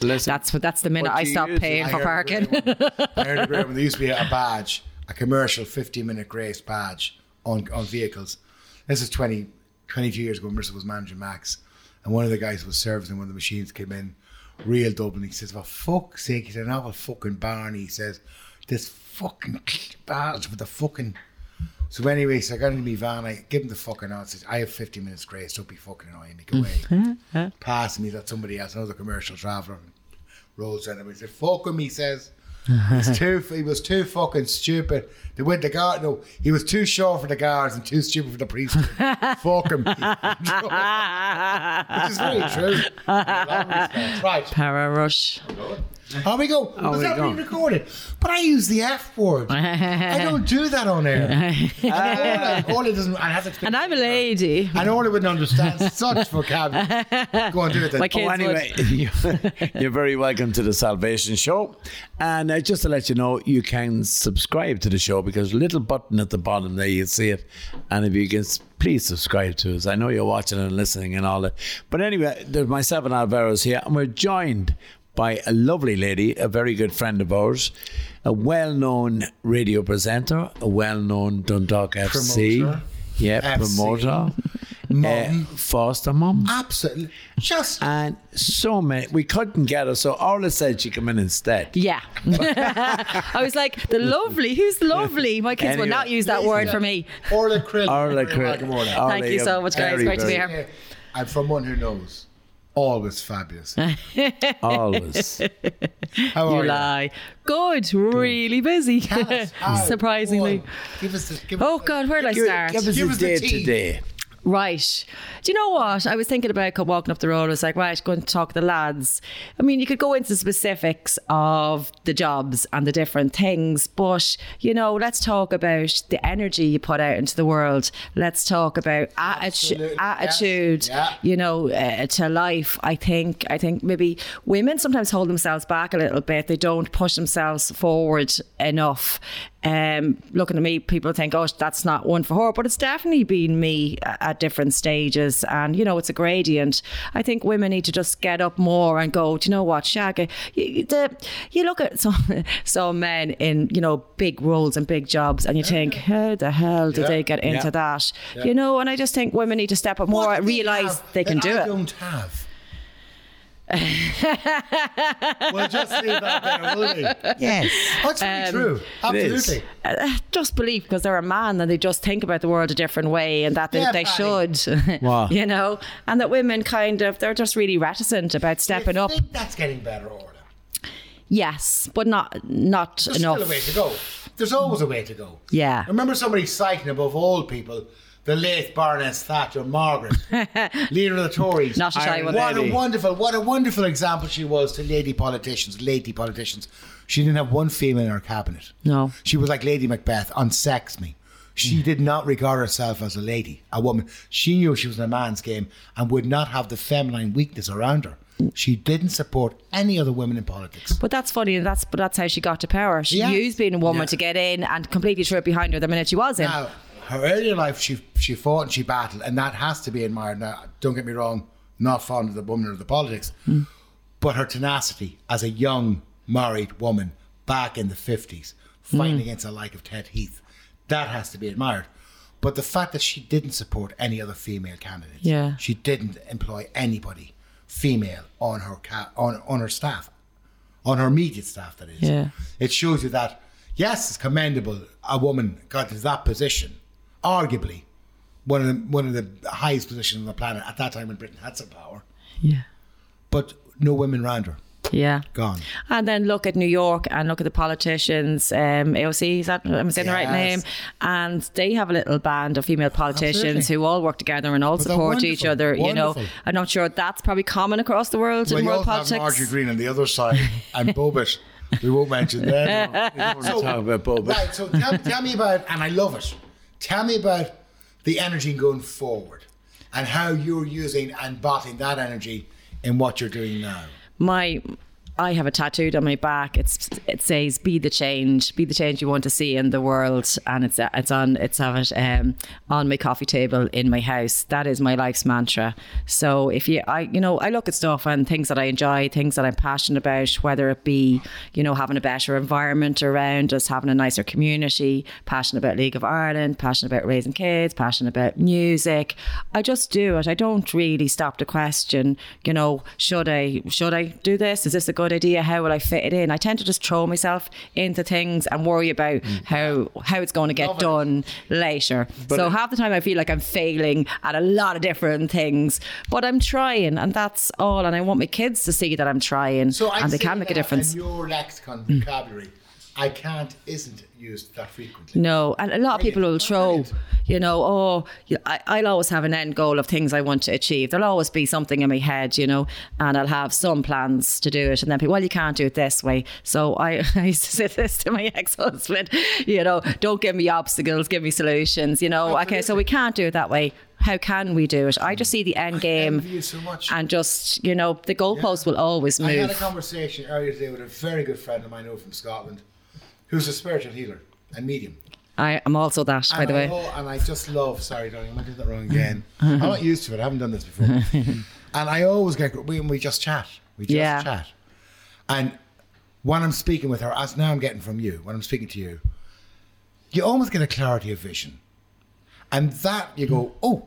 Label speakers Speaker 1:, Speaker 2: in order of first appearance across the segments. Speaker 1: Listen,
Speaker 2: That's what. That's the minute
Speaker 1: But
Speaker 2: I
Speaker 1: do you
Speaker 2: stopped
Speaker 1: use it?
Speaker 2: paying
Speaker 1: I
Speaker 2: for
Speaker 1: heard a
Speaker 2: parking.
Speaker 1: great
Speaker 3: I heard a great one. There used to be a badge, a commercial 15 minute grace badge on, on vehicles. This is 20, 22 years ago. Mercer was managing Max, and one of the guys was servicing one of the machines came in, real Dublin. He says, "For fuck's sake!" He said, "Not a fucking Barney." He says, "This fucking badge with the fucking." So anyway, so I got into my van. I give him the fucking odds. Says, "I have 15 minutes grace. Don't be fucking annoying me. Go away." Passing me, that's somebody else, another commercial traveller. Rolls in and he said, "Fuck him," he says. He's too, he was too fucking stupid. They went to guard. No, he was too short for the guards and too stupid for the priest. Fuck him. Which is very true. in a lot of respects. Right.
Speaker 2: Para rush.
Speaker 3: How we go? was
Speaker 1: we
Speaker 3: that
Speaker 1: go.
Speaker 3: being recorded? But I use the F word. I don't do that on air. Uh, Orla doesn't. I have to explain.
Speaker 2: And I'm a lady.
Speaker 3: And Orla wouldn't understand such vocabulary. Go on, do it then.
Speaker 2: My kids
Speaker 3: Oh,
Speaker 2: would.
Speaker 1: anyway, you- you're very welcome to the Salvation Show. And uh, just to let you know, you can subscribe to the show because little button at the bottom there, you see it. And if you can, s- please subscribe to us. I know you're watching and listening and all that. But anyway, there's myself and Alvaro's here, and we're joined by a lovely lady, a very good friend of ours, a well-known radio presenter, a well-known Dundalk FC,
Speaker 3: Promoter.
Speaker 1: yeah,
Speaker 3: FC.
Speaker 1: promoter,
Speaker 3: Mum.
Speaker 1: uh, foster mom
Speaker 3: Absolutely. Just.
Speaker 1: and so many we couldn't get her so Orla said she come in instead
Speaker 2: Yeah. I was like, the lovely. Who's lovely? My kids
Speaker 1: Anyway.
Speaker 2: will not use that word for me.
Speaker 3: Orla Krill.
Speaker 1: Orla
Speaker 3: Very welcome, Orla.
Speaker 1: Krill
Speaker 2: Thank you so much, guys. Great to be here.
Speaker 3: Yeah, I'm from one who knows. Always fabulous.
Speaker 1: always
Speaker 3: How
Speaker 1: Oh,
Speaker 2: You
Speaker 3: are you?
Speaker 2: lie. Good. Really busy.
Speaker 3: Hi.
Speaker 2: Surprisingly.
Speaker 3: Go on. Give us the. Give
Speaker 2: Oh
Speaker 3: us the-
Speaker 2: God, where did I
Speaker 1: give,
Speaker 2: start?
Speaker 1: give us
Speaker 3: Give
Speaker 1: a
Speaker 3: us the
Speaker 1: day
Speaker 3: tea.
Speaker 1: today
Speaker 2: Right. Do you know what? I was thinking about co- walking up the road. I was like, right, going to talk to the lads. I mean, you could go into specifics of the jobs and the different things, but, you know, let's talk about the energy you put out into the world. Let's talk about
Speaker 3: Absolutely.
Speaker 2: atti-
Speaker 3: Yes.
Speaker 2: attitude,
Speaker 3: Yeah.
Speaker 2: you know, uh, to life. I think, I think maybe women sometimes hold themselves back a little bit. They don't push themselves forward enough. Um, looking at me, people think, "Oh, that's not one for her," but it's definitely been me a- at different stages, and you know, it's a gradient. I think women need to just get up more and go. Do you know what, Shag? You, you- the, you look at some some men in you know big roles and big jobs, and you think, "How the hell did
Speaker 3: Yeah.
Speaker 2: they get into
Speaker 1: Yeah.
Speaker 2: that?" You know, and I just think women need to step up more.
Speaker 3: What do they
Speaker 2: realize
Speaker 3: have
Speaker 2: they can
Speaker 3: that
Speaker 2: do
Speaker 3: I
Speaker 2: it.
Speaker 3: don't have. well, just leave that there, will we?
Speaker 1: yes
Speaker 3: Oh, it's very
Speaker 2: Um,
Speaker 3: true. Absolutely.
Speaker 2: uh, just believe because they're a man and they just think about the world a different way and that they,
Speaker 3: Yeah,
Speaker 2: they
Speaker 3: Patty.
Speaker 2: should,
Speaker 1: Wow.
Speaker 2: you know, and that women kind of they're just really reticent about stepping
Speaker 3: I
Speaker 2: up.
Speaker 3: think that's getting better, Orla.
Speaker 2: Yes, but not not
Speaker 3: There's
Speaker 2: enough.
Speaker 3: still a way to go. There's always a way to go.
Speaker 2: Yeah.
Speaker 3: I remember somebody citing above all people the late Baroness Thatcher, Margaret, leader of the Tories.
Speaker 2: Not a shy
Speaker 1: Ireland
Speaker 2: one.
Speaker 1: Lady.
Speaker 3: What a wonderful, what a wonderful example she was to lady politicians, lady politicians. She didn't have one female in her cabinet.
Speaker 2: No. Hmm.
Speaker 3: She was like Lady Macbeth on Sex Me. She did not regard herself as a lady, a woman. She knew she was in a man's game and would not have the feminine weakness around her. She didn't support any other women in politics.
Speaker 2: But that's funny. and That's but that's how she got to power. She
Speaker 3: Yeah.
Speaker 2: used being a woman
Speaker 1: Yeah.
Speaker 2: to get in and completely threw it behind her the minute she was in.
Speaker 3: Now, her earlier life, she she fought and she battled, and that has to be admired. Now, don't get me wrong, not fond of the woman or the politics, but her tenacity as a young married woman back in the fifties, fighting against the like of Ted Heath, that has to be admired. But the fact that she didn't support any other female candidates,
Speaker 2: Yeah.
Speaker 3: she didn't employ anybody female on her ca- on on her staff, on her immediate staff. That is,
Speaker 2: Yeah.
Speaker 3: it shows you that yes, it's commendable a woman got into that position, arguably one of the, one of the highest positions on the planet at that time when Britain had some power,
Speaker 2: Yeah,
Speaker 3: but no women round her.
Speaker 2: yeah.
Speaker 3: Gone.
Speaker 2: And then look at New York and look at the politicians, um, AOC, is that, am I saying the right name?
Speaker 3: Yes.
Speaker 2: And they have a little band of female politicians
Speaker 3: Absolutely.
Speaker 2: who all work together and all
Speaker 3: But they're
Speaker 2: support each
Speaker 3: wonderful,
Speaker 2: other. You
Speaker 3: wonderful.
Speaker 2: know, I'm not sure that's probably common across the world in world politics.
Speaker 3: Green on the other side and Bobbitt. We won't mention them. So-
Speaker 1: talk about Bob
Speaker 3: Right, so tell, tell me about, and I love it. Tell me about the energy going forward and how you're using and botting that energy in what you're doing now.
Speaker 2: My I have a tattooed on my back. It's it says "Be the change, be the change you want to see in the world," and it's it's on it's have it um, on my coffee table in my house. That is my life's mantra. So if you I you know I look at stuff and things that I enjoy, things that I'm passionate about, whether it be you know having a better environment around us, having a nicer community, passionate about League of Ireland, passionate about raising kids, passionate about music. I just do it. I don't really stop to question. You know, should I should I do this? Is this a good idea? How will I fit it in? I tend to just throw myself into things and worry about
Speaker 3: Mm.
Speaker 2: how how it's going to get done later. so half the time I feel like I'm failing at a lot of different things, but I'm trying, and that's all. And I want my kids to see that I'm trying,
Speaker 3: So I
Speaker 2: and they can make a difference. Mm.
Speaker 3: In your lexicon vocabulary, I can't isn't used that frequently.
Speaker 2: No, and a lot of people will throw, you know, oh, you- I, I'll always have an end goal of things I want to achieve. There'll always be something in my head, you know, and I'll have some plans to do it. And then people, well, you can't do it this way. So I, I used to say this to my ex husband, you know, don't give me obstacles, give me solutions, you know. Okay, so we can't do it that way. How can we do it? I just see the end game
Speaker 3: envy you so much.
Speaker 2: and just, you know, the goalposts will always
Speaker 3: I had a
Speaker 2: move.
Speaker 3: conversation earlier today with a very good friend of mine over from Scotland, who's a spiritual healer and medium.
Speaker 2: I, I'm also that, by
Speaker 3: and
Speaker 2: the
Speaker 3: I
Speaker 2: way. Uh-huh.
Speaker 3: know- and I just love. Sorry, darling, I did that wrong again. I'm not used to it. I haven't done this before. and I always get we we just chat. We just
Speaker 2: Yeah.
Speaker 3: chat. And when I'm speaking with her, as now I'm getting from you, when I'm speaking to you, you almost get a clarity of vision, and that you go, oh.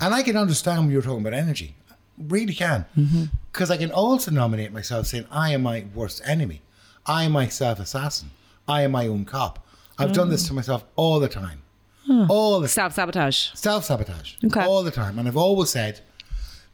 Speaker 3: And I can understand when you're talking about energy, really can,
Speaker 2: Mm-hmm.
Speaker 3: because I can also nominate myself saying I am my worst enemy, I am myself assassin, I am my own cop. I've done
Speaker 2: Mm.
Speaker 3: this to myself all the time, all the
Speaker 2: Self sabotage.
Speaker 3: self sabotage.
Speaker 2: Hmm. Okay.
Speaker 3: All the time. And I've always said,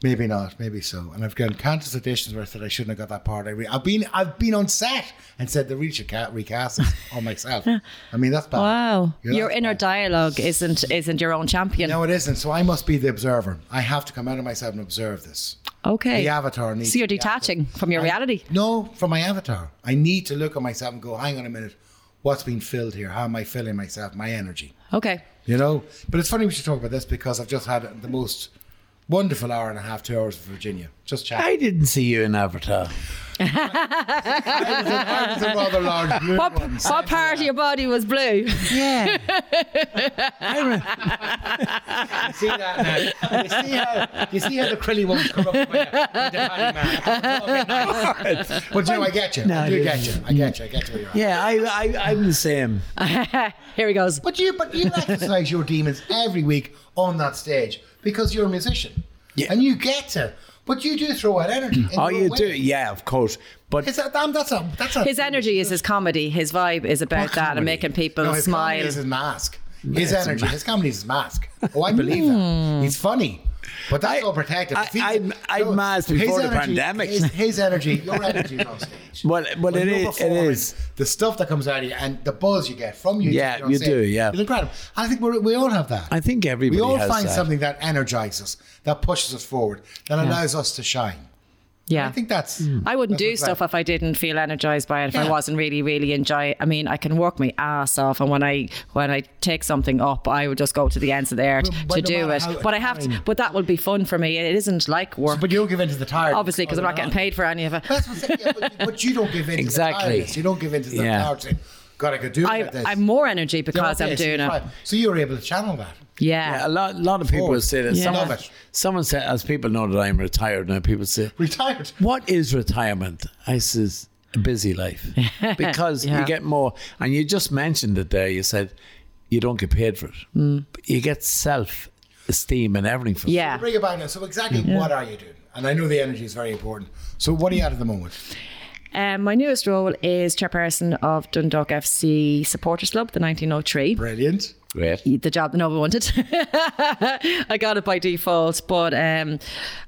Speaker 3: maybe not, maybe so. And I've done countless editions where I said I shouldn't have got that part. I re- I've been I've been on set and said the real should ca- recast it on myself. I mean that's bad.
Speaker 2: Wow,
Speaker 3: You know,
Speaker 2: your
Speaker 3: that's
Speaker 2: inner
Speaker 3: bad.
Speaker 2: dialogue isn't isn't your own champion.
Speaker 3: No, it isn't. So I must be the observer. I have to come out of myself and observe this.
Speaker 2: okay,
Speaker 3: The avatar needs.
Speaker 2: so you're
Speaker 3: to be active.
Speaker 2: detaching from your
Speaker 3: I-
Speaker 2: reality.
Speaker 3: No, from my avatar. I need to look at myself and go, hang on a minute. What's been filled here? How am I filling myself? My energy.
Speaker 2: Okay,
Speaker 3: You know, but it's funny we should talk about this because I've just had the most wonderful hour and a half, two hours in Virginia. Just chatting.
Speaker 1: I didn't see you in Avatar.
Speaker 3: It's a rather large blue
Speaker 2: what,
Speaker 3: one.
Speaker 2: what part of your body was blue?
Speaker 1: Yeah.
Speaker 3: You see that now? You see how, you see how the crilly ones come up with my- with the paddy mark? It's all very nice. But you know, I get you.
Speaker 1: No,
Speaker 3: I
Speaker 1: I
Speaker 3: do
Speaker 1: didn't.
Speaker 3: get you. I get you. I get you where you're at.
Speaker 1: Yeah, I, I, I'm the same.
Speaker 2: Here he goes.
Speaker 3: But you, but you exercise your demons every week on that stage because you're a musician,
Speaker 1: Yeah.
Speaker 3: and you get to. But you do throw out energy. in
Speaker 1: Oh,
Speaker 3: your
Speaker 1: you
Speaker 3: way.
Speaker 1: do? Yeah, of course. But
Speaker 3: It's a, that's a that's a
Speaker 2: His energy is his comedy. His vibe is about that and making people
Speaker 3: No, his comedy
Speaker 2: smile.
Speaker 3: is his mask.
Speaker 1: it's
Speaker 3: His
Speaker 1: a Hmm.
Speaker 3: energy, his comedy is his mask. Oh, I believe that. He's funny, but that's
Speaker 1: I-
Speaker 3: all protective.
Speaker 1: I-
Speaker 3: If he's-
Speaker 1: I'm- I'm masked
Speaker 3: his
Speaker 1: before the
Speaker 3: energy-
Speaker 1: pandemic.
Speaker 3: His, his energy, your energy is on stage.
Speaker 1: Well, well,
Speaker 3: When
Speaker 1: it
Speaker 3: you're
Speaker 1: is- it
Speaker 3: performing,
Speaker 1: is.
Speaker 3: the stuff that comes out of you and the buzz you get from you.
Speaker 1: Yeah,
Speaker 3: you're on
Speaker 1: you
Speaker 3: stage
Speaker 1: do, yeah.
Speaker 3: is incredible. And I think we're, we all have that.
Speaker 1: I think everybody
Speaker 3: we all
Speaker 1: has
Speaker 3: find
Speaker 1: that.
Speaker 3: something that energizes us, that pushes us forward, that allows us to shine.
Speaker 2: yeah.
Speaker 3: I think that's.
Speaker 1: Hmm.
Speaker 2: I wouldn't
Speaker 3: That's
Speaker 2: do
Speaker 3: what's
Speaker 2: stuff
Speaker 3: left.
Speaker 2: if I didn't feel energized by it. If I
Speaker 3: Yeah.
Speaker 2: wasn't really, really enjoy. I mean, I can work my ass off, and when I when I take something up, I would just go to the ends of the earth
Speaker 3: But- but
Speaker 2: to
Speaker 3: no
Speaker 2: do
Speaker 3: matter
Speaker 2: it.
Speaker 3: how-
Speaker 2: But I have to. But that will be fun for me. It isn't like work,
Speaker 3: But you don't give in to the tired.
Speaker 2: obviously, because I'm not getting paid for any of it.
Speaker 3: That's what I'm saying. Yeah, but, but you don't give in
Speaker 1: Exactly.
Speaker 3: to the tiredness. You don't give in to the
Speaker 1: Yeah.
Speaker 3: tiredness. saying, God, I could do
Speaker 2: I,
Speaker 3: without this.
Speaker 2: I'm more energy
Speaker 3: You know,
Speaker 2: because I'm
Speaker 3: okay, so
Speaker 2: doing
Speaker 3: you
Speaker 2: it.
Speaker 3: try. So you were able to channel that.
Speaker 1: yeah,
Speaker 2: Yeah.
Speaker 1: a lot, lot of people
Speaker 3: Forward.
Speaker 1: say that.
Speaker 2: Yeah.
Speaker 1: Someone,
Speaker 3: Love it.
Speaker 1: someone said, as people know that I'm retired now, people say,
Speaker 3: Retired.
Speaker 1: What is retirement? I says a busy life because
Speaker 2: Yeah.
Speaker 1: you get more, and you just mentioned it there. You said you don't get paid for it, but you get self esteem and everything for it.
Speaker 2: Hmm. Yeah.
Speaker 3: Bring it back now. So exactly what are you doing? And I know the energy is very important. So what are you at at the moment?
Speaker 2: Um, my newest role is chairperson of Dundalk FC Supporters Club, the 1903.
Speaker 3: Brilliant.
Speaker 1: Great.
Speaker 2: The job that nobody wanted. I got it by default, but um,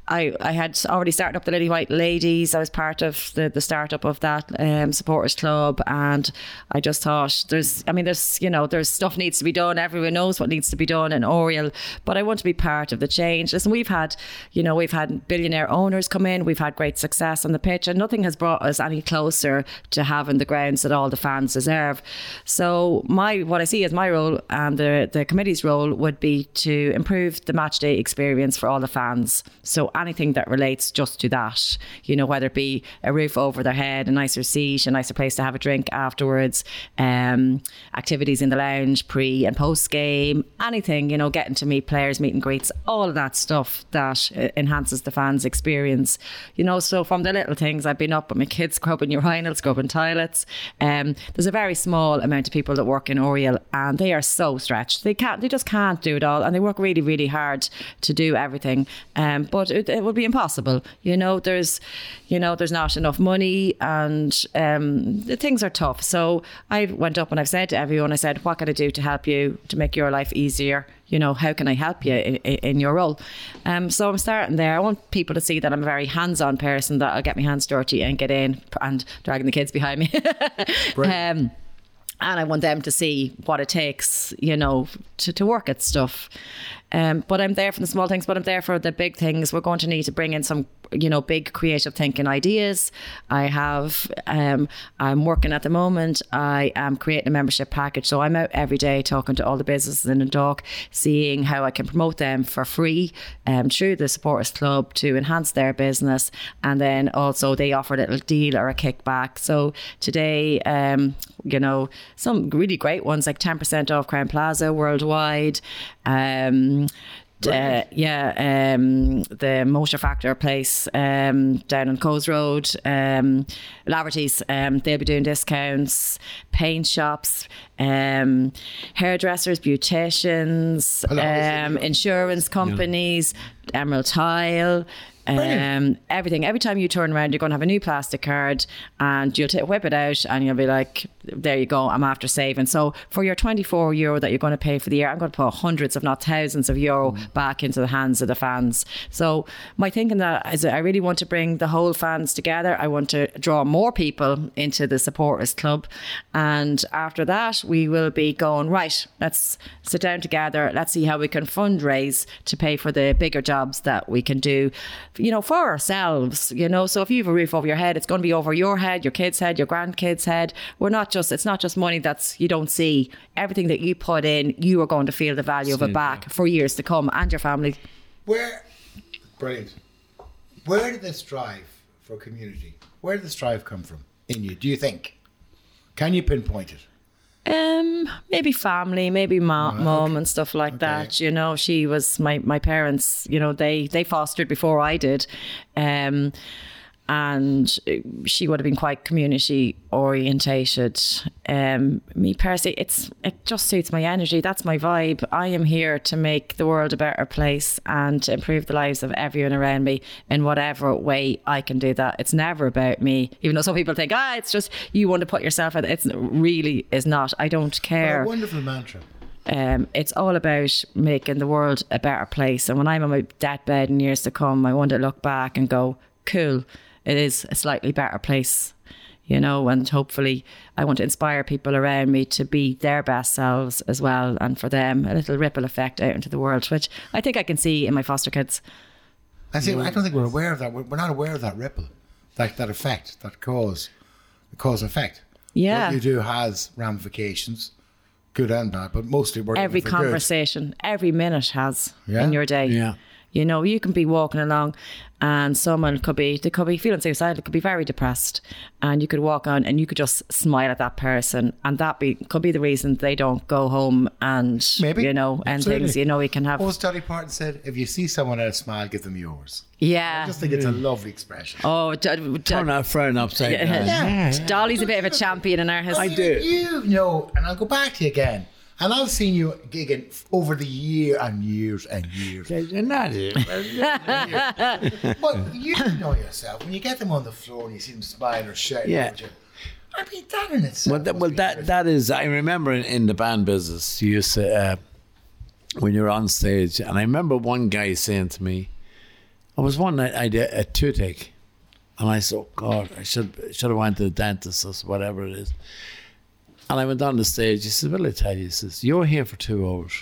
Speaker 2: I I had already started up the Lily White Ladies. I was part of the, the startup of that um, supporters club, and I just thought there's, I mean, there's you know, there's stuff needs to be done. Everyone knows what needs to be done in Oriel, but I want to be part of the change. Listen, we've had, you know, we've had billionaire owners come in. We've had great success on the pitch, and nothing has brought us any closer to having the grounds that all the fans deserve. So my what I see as my role and the, the committee's role would be to improve the match day experience for all the fans. So anything that relates just to that, you know, whether it be a roof over their head, a nicer seat, a nicer place to have a drink afterwards, um, activities in the lounge, pre and post game, anything, you know, getting to meet players, meet and greets, all of that stuff that uh, enhances the fans' experience. You know, so from the little things, I've been up with my kids scrubbing urinals, scrubbing toilets. Um, there's a very small amount of people that work in Oriel, and they are so stretched. They can't, they just can't do it all, and they work really, really hard to do everything. Um, but it, it would be impossible. You know, there's, you know, there's not enough money, and um, the things are tough. So I went up and I've said to everyone, I said, what can I do to help you to make your life easier? you know, how can I help you in, in your role? Um, so I'm starting there. I want people to see that I'm a very hands-on person, that I'll get my hands dirty and get in and dragging the kids behind me. um, and I want them to see what it takes, you know, to, to work at stuff. Um, but I'm there for the small things, but I'm there for the big things. We're going to need to bring in some, you know, big creative thinking ideas. I have, um, I'm working at the moment. I am creating a membership package. So I'm out every day talking to all the businesses in the dock, seeing how I can promote them for free um, through the supporters club to enhance their business. And then also they offer a little deal or a kickback. So today, um, you know, some really great ones like 10% off Crown Plaza worldwide. Um, uh, yeah, um, the Motor Factor place um, down on Coles Road, um, Laverty's, um, they'll be doing discounts, paint shops, um, hairdressers, beauticians, um, insurance companies, Emerald Tile. Um, everything. Every time you turn around, you're going to have a new plastic card, and you'll t- whip it out, and you'll be like, "There you go. I'm after saving." So for your 24 euro that you're going to pay for the year, I'm going to put hundreds, if not thousands, of euro back into the hands of the fans. So my thinking that is, that I really want to bring the whole fans together. I want to draw more people into the supporters club, and after that, we will be going right. Let's sit down together. Let's see how we can fundraise to pay for the bigger jobs that we can do, you know, for ourselves. You know, so if you have a roof over your head, it's going to be over your head, your kid's head, your grandkid's head. We're not just it's not just money that's you don't see. Everything that you put in, you are going to feel the value of it back for years to come, and your family.
Speaker 3: Where, brilliant. Where did this drive for community? Where did this drive come from in you? Do you think? Can you pinpoint it?
Speaker 2: Um, maybe family, maybe ma- mom and stuff like that. You know, she was my my parents. You know, they they fostered before I did, um, and uh, she would have been quite community orientated. Um, me personally, it's it just suits my energy. That's my vibe. I am here to make the world a better place and to improve the lives of everyone around me in whatever way I can do that. It's never about me, even though some people think, ah, it's just you want to put yourself out. It's really is not. I don't care
Speaker 3: A wonderful mantra.
Speaker 2: um, it's all about making the world a better place. And when I'm on my deathbed in years to come, I want to look back and go, cool, it is a slightly better place, you know. And hopefully, I want to inspire people around me to be their best selves as well. And for them, a little ripple effect out into the world, which I think I can see in my foster kids.
Speaker 3: I see. I don't think we're aware of that. We're, we're not aware of that ripple, that that effect, that cause, the cause effect.
Speaker 2: Yeah.
Speaker 3: What you do has ramifications, good and bad, but mostly working
Speaker 2: every
Speaker 3: for
Speaker 2: conversation, every minute has
Speaker 3: Yeah.
Speaker 2: in your day.
Speaker 1: Yeah.
Speaker 2: You know, you can be walking along and someone could be, they could be feeling suicidal, could be very depressed. And you could walk on and you could just smile at that person. And that be, could be the reason they don't go home and,
Speaker 3: Maybe.
Speaker 2: you know, and
Speaker 3: Absolutely.
Speaker 2: things, you know, we can
Speaker 3: good.
Speaker 2: have.
Speaker 3: What was Dolly Parton said? If you see someone else smile, give them yours. I
Speaker 2: yeah.
Speaker 3: just think it's a lovely expression.
Speaker 2: Oh, d- d-
Speaker 1: Turn that frown upside down.
Speaker 2: Dolly's a bit of a champion in our history.
Speaker 1: I do.
Speaker 3: You know, and I'll go back to you again. And I've seen you gigging f- over the year and years and years.
Speaker 1: You're not it.
Speaker 3: But you know yourself when you get them on the floor and you see them smiling or shouting.
Speaker 1: Yeah.
Speaker 3: at you, I mean that in itself.
Speaker 1: Well, that,
Speaker 3: must
Speaker 1: well,
Speaker 3: be
Speaker 1: that that is. I remember in, in the band business, you used to, uh, when you're on stage, and I remember one guy saying to me, "I was one night I had a, a toothache, and I said, oh, God, I should should have went to the dentist or whatever it is." And I went down the stage. He said, "Well, I tell you, he says you're here for two hours.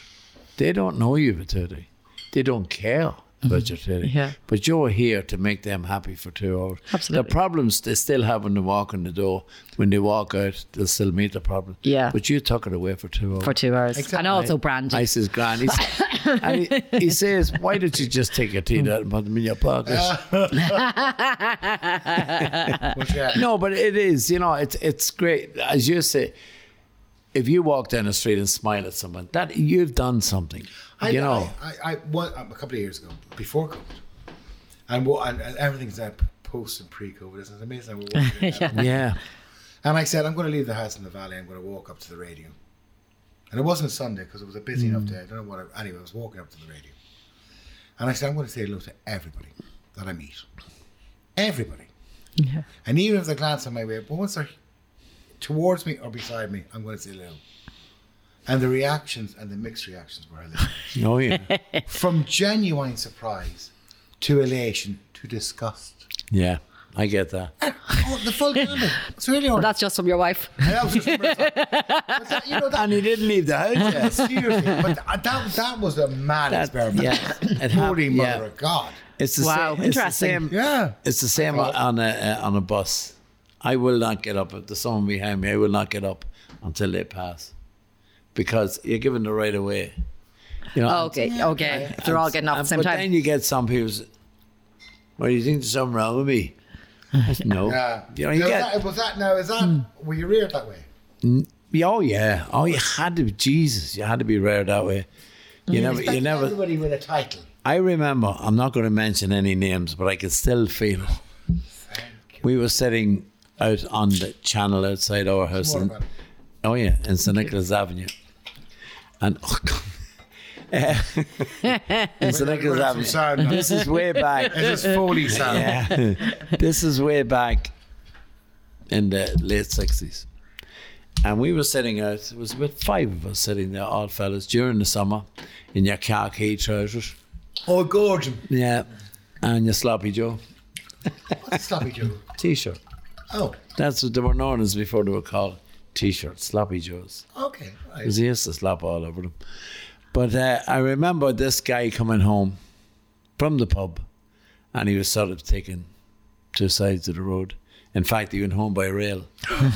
Speaker 1: They don't know you have a toothache. They don't care vegetarian.
Speaker 2: Yeah.
Speaker 1: But you're here to make them happy for two hours.
Speaker 2: Absolutely.
Speaker 1: The problems they still have when they walk in the door, when they walk out, they'll still meet the problem.
Speaker 2: Yeah.
Speaker 1: But you took it away for two hours.
Speaker 2: for two hours.
Speaker 3: Exactly.
Speaker 2: And also branding.
Speaker 1: I says, Grand. He says, and he, he says, Why did you just take your teeth out and put them in your pocket?
Speaker 3: But yeah,
Speaker 1: no, but it is, you know, it's it's great. As you say, if you walk down the street and smile at someone, that you've done something.
Speaker 3: I,
Speaker 1: you know.
Speaker 3: I, I, I one, a couple of years ago, before COVID, and wo- and, and everything's now post and pre COVID. Isn't it amazing? We're walking around.
Speaker 1: yeah.
Speaker 3: And I said, I'm going to leave the house in the valley. I'm going to walk up to the radio. And it wasn't Sunday because it was a busy enough day. I don't know what. I, anyway, I was walking up to the radio, and I said, I'm going to say hello to everybody that I meet. Everybody.
Speaker 2: Yeah.
Speaker 3: And even if they glance on my way, but once they're towards me or beside me, I'm going to say hello. And the reactions and the mixed reactions were hilarious.
Speaker 1: Oh yeah.
Speaker 3: from genuine surprise to elation to disgust.
Speaker 1: yeah. I get that.
Speaker 3: Oh, the full gamut. It's really
Speaker 2: But
Speaker 3: hard.
Speaker 2: that's just from your wife.
Speaker 3: That was just but that, you know, that,
Speaker 1: And he didn't leave the house
Speaker 3: yeah, seriously, but th- that, that was a mad experiment.
Speaker 1: yeah. It hap-
Speaker 3: Holy mother
Speaker 1: yeah.
Speaker 3: of God.
Speaker 1: It's the
Speaker 2: Wow,
Speaker 1: same.
Speaker 2: interesting.
Speaker 1: It's the same,
Speaker 3: Yeah.
Speaker 1: It's the same on a uh, on a bus. I will not get up if there's someone behind me. I will not get up until they pass, because you're giving the right away. You know.
Speaker 2: Oh, Okay, okay. If they're all getting off at the
Speaker 1: And-
Speaker 2: same
Speaker 1: but
Speaker 2: time.
Speaker 1: then you get some people. Say, well, you think there's something wrong with me? I said, no.
Speaker 3: Yeah.
Speaker 1: You know, you
Speaker 3: Now,
Speaker 1: get,
Speaker 3: that, Uh, was that now? Is that were you reared that way?
Speaker 1: Yeah, Oh yeah. Oh, you had to. Jesus, you had to be rare that way.
Speaker 2: Mm-hmm.
Speaker 1: You never. You
Speaker 3: Respect
Speaker 1: never.
Speaker 3: Everybody with a title.
Speaker 1: I remember. I'm not going to mention any names, but I can still feel it. We were sitting out on the channel outside our house.
Speaker 3: More
Speaker 1: in-
Speaker 3: about it.
Speaker 1: oh yeah, in St Nicholas Avenue. And oh God. Eh, in St Nicholas
Speaker 3: Some
Speaker 1: Avenue.
Speaker 3: sound. now.
Speaker 1: This is way back.
Speaker 3: This is Foley sound.
Speaker 1: Yeah. this is way back in the late 60s. And we were sitting out, it was about five of us sitting there, odd fellas, during the summer in your khaki trousers.
Speaker 3: Oh, Gordon.
Speaker 1: Yeah. And your sloppy Joe
Speaker 3: What's Sloppy Joe?
Speaker 1: t shirt.
Speaker 3: Oh,
Speaker 1: That's what they were known as before they were called t shirts, sloppy Joes.
Speaker 3: okay. Right.
Speaker 1: because he used to slap all over them. But uh, I remember this guy coming home from the pub, and he was sort of taken two sides of the road. In fact, he went home by rail.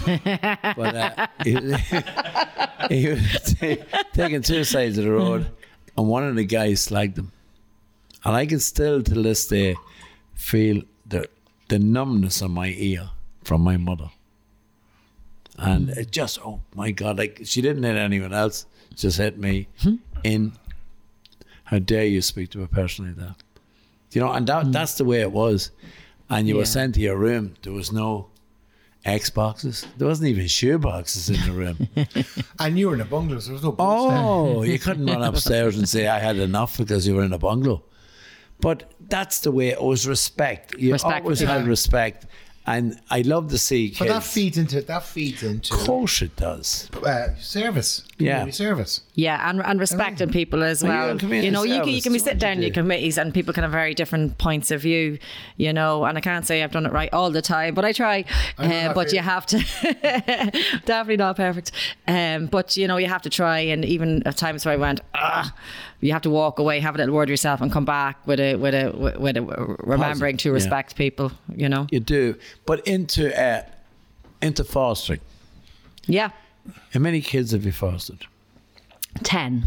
Speaker 1: but uh, he, he was ta- taken two sides of the road, and one of the guys slagged him. And I can still, to this day, feel the the numbness on my ear from my mother. And it just, oh my God, like she didn't hit anyone else, just hit me in. How dare you speak to a person like that? You know, and that, that's the way it was. And you were
Speaker 2: Yeah.
Speaker 1: sent to your room. There was no Xboxes. There wasn't even shoe boxes in the room.
Speaker 3: And you were in a bungalow, so there was no boots there.
Speaker 1: Oh, you couldn't run upstairs and say I had enough because you were in a bungalow. But that's the way it was respect. You
Speaker 2: Respect,
Speaker 1: always
Speaker 3: yeah.
Speaker 1: had respect, and I love to see kids.
Speaker 3: But that feeds into that feeds into
Speaker 1: of course it does.
Speaker 3: uh, service.
Speaker 1: Yeah.
Speaker 3: community service.
Speaker 2: Yeah, and, and respecting people as
Speaker 1: Oh, yeah,
Speaker 2: well.
Speaker 1: community
Speaker 2: you know, you, can- you
Speaker 1: service
Speaker 2: can be
Speaker 1: is what
Speaker 2: sitting
Speaker 1: you
Speaker 2: down in
Speaker 1: do.
Speaker 2: your committees and people can have very different points of view, you know, and I can't say I've done it right all the time, but I try.
Speaker 3: I know
Speaker 2: Uh,
Speaker 3: that
Speaker 2: but you
Speaker 3: feeling.
Speaker 2: have to, definitely not perfect. Um, but, you know, you have to try. And even at times where I went, ah, you have to walk away, have a little word with yourself and come back with a, with a, with a, remembering to
Speaker 1: yeah.
Speaker 2: respect people, you know.
Speaker 1: You do, but into uh, into fostering.
Speaker 2: Yeah.
Speaker 1: How many kids have you fostered?
Speaker 2: 10.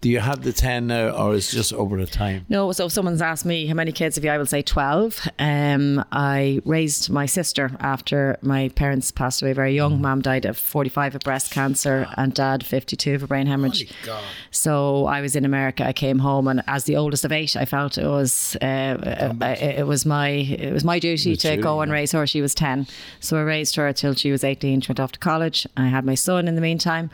Speaker 1: Do you have the ten now, or is it just over the time?
Speaker 2: No, so if someone's asked me how many kids have you, I will say 12. Um, I raised my sister after my parents passed away very young. Mum died at 45 of breast cancer and dad 52 of a brain hemorrhage.
Speaker 3: Holy God.
Speaker 2: So I was in America. I came home, and as the oldest of eight, I felt it was uh, uh, uh, it was my it was my duty to
Speaker 1: duty,
Speaker 2: go and raise her. She was ten, so I raised her till she was eighteen. She went off to college. I had my son in the meantime,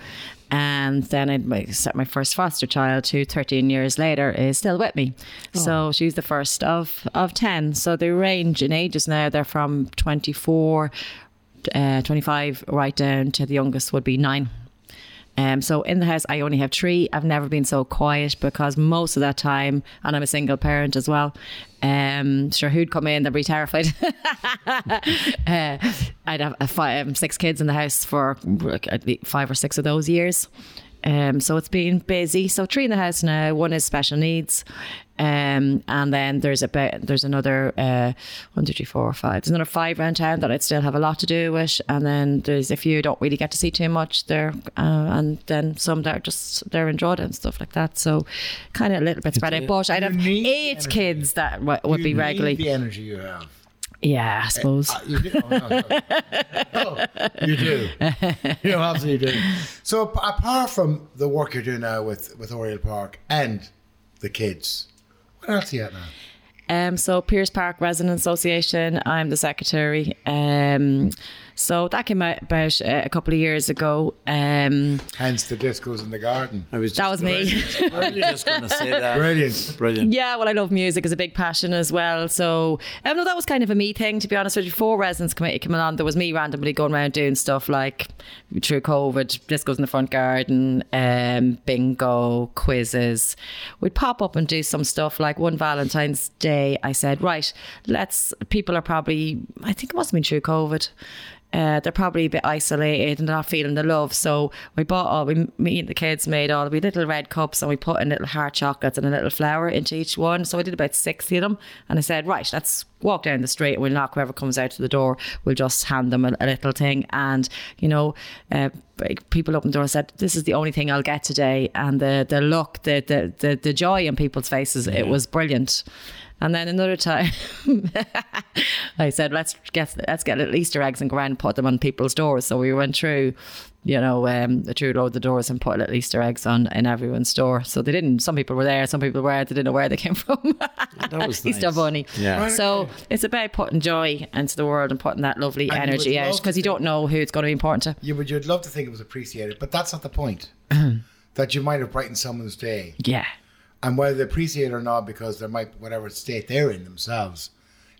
Speaker 2: and then I my- set my first foster child, who thirteen years later is still with me. So she's the first of of ten. So they range in ages now. They're from twenty four. Uh, 25 right down to the youngest would be nine um, so in the house, I only have three. I've never been so quiet because most of that time, and I'm a single parent as well. Um, sure, who'd come in? They'd be terrified. uh, I'd have a fi- um, six kids in the house for like, at least five or six of those years. Um, so it's been busy. So three in the house now. One is special needs, um, and then there's about there's another uh, one, two, three, four, five. There's another five round town that I'd still have a lot to do with, and then there's a few you don't really get to see too much there, uh, and then some that are just they're in Drogheda and stuff like that. So kind of a little bit spread out. But I'd
Speaker 3: You
Speaker 2: have
Speaker 3: need
Speaker 2: eight
Speaker 3: energy.
Speaker 2: kids that w- would
Speaker 3: You
Speaker 2: be
Speaker 3: need
Speaker 2: regularly.
Speaker 3: The energy you have.
Speaker 2: Yeah, I suppose.
Speaker 3: Uh, you do. Oh, no, no. Oh, you do. You absolutely do. So ap- apart from the work you're doing now with with Oriel Park and the kids, what else are you at now?
Speaker 2: Um, so Pierce Park Resident Association, I'm the secretary. Um, so that came out about uh, a couple of years ago. Um,
Speaker 3: Hence the discos in the garden.
Speaker 1: I was
Speaker 2: that was me.
Speaker 1: I was just going to say that.
Speaker 3: Brilliant.
Speaker 1: Brilliant.
Speaker 2: Yeah, well, I love music as a big passion as well. So, um, no, that was kind of a me thing, to be honest with you. Before Residence Committee came on, there was me randomly going around doing stuff like through COVID, discos in the front garden, um, bingo, quizzes. We'd pop up and do some stuff. Like one Valentine's Day, I said, right, let's, people are probably, I think it must have been through COVID. Uh, they're probably a bit isolated and not feeling the love. So we bought all, we, me and the kids made all the little red cups and we put in little heart chocolates and a little flower into each one. So I did about 60 of them. And I said, right, let's walk down the street and we'll knock whoever comes out to the door. We'll just hand them a, a little thing. And, you know, uh, like, people opened the door and said, this is the only thing I'll get today. And the, the look, the, the, the, the joy in people's faces, it was brilliant. And then another time, I said, let's get let's get little Easter eggs and go around and put them on people's doors. So we went through, you know, um, through load the doors and put little Easter eggs on in everyone's door. So they didn't. Some people were there, some people were. They didn't know where they came from.
Speaker 1: That was
Speaker 2: Easter
Speaker 1: nice.
Speaker 2: bunny.
Speaker 1: Yeah.
Speaker 2: So it's about putting joy into the world and putting that lovely
Speaker 3: And you
Speaker 2: energy
Speaker 3: would
Speaker 2: out
Speaker 3: love
Speaker 2: because
Speaker 3: to
Speaker 2: you don't know who it's going to be important to.
Speaker 3: You would you'd love to think it was appreciated, but that's not the point. that you might have brightened someone's day.
Speaker 2: Yeah.
Speaker 3: And whether they appreciate it or not, because they might whatever state they're in themselves,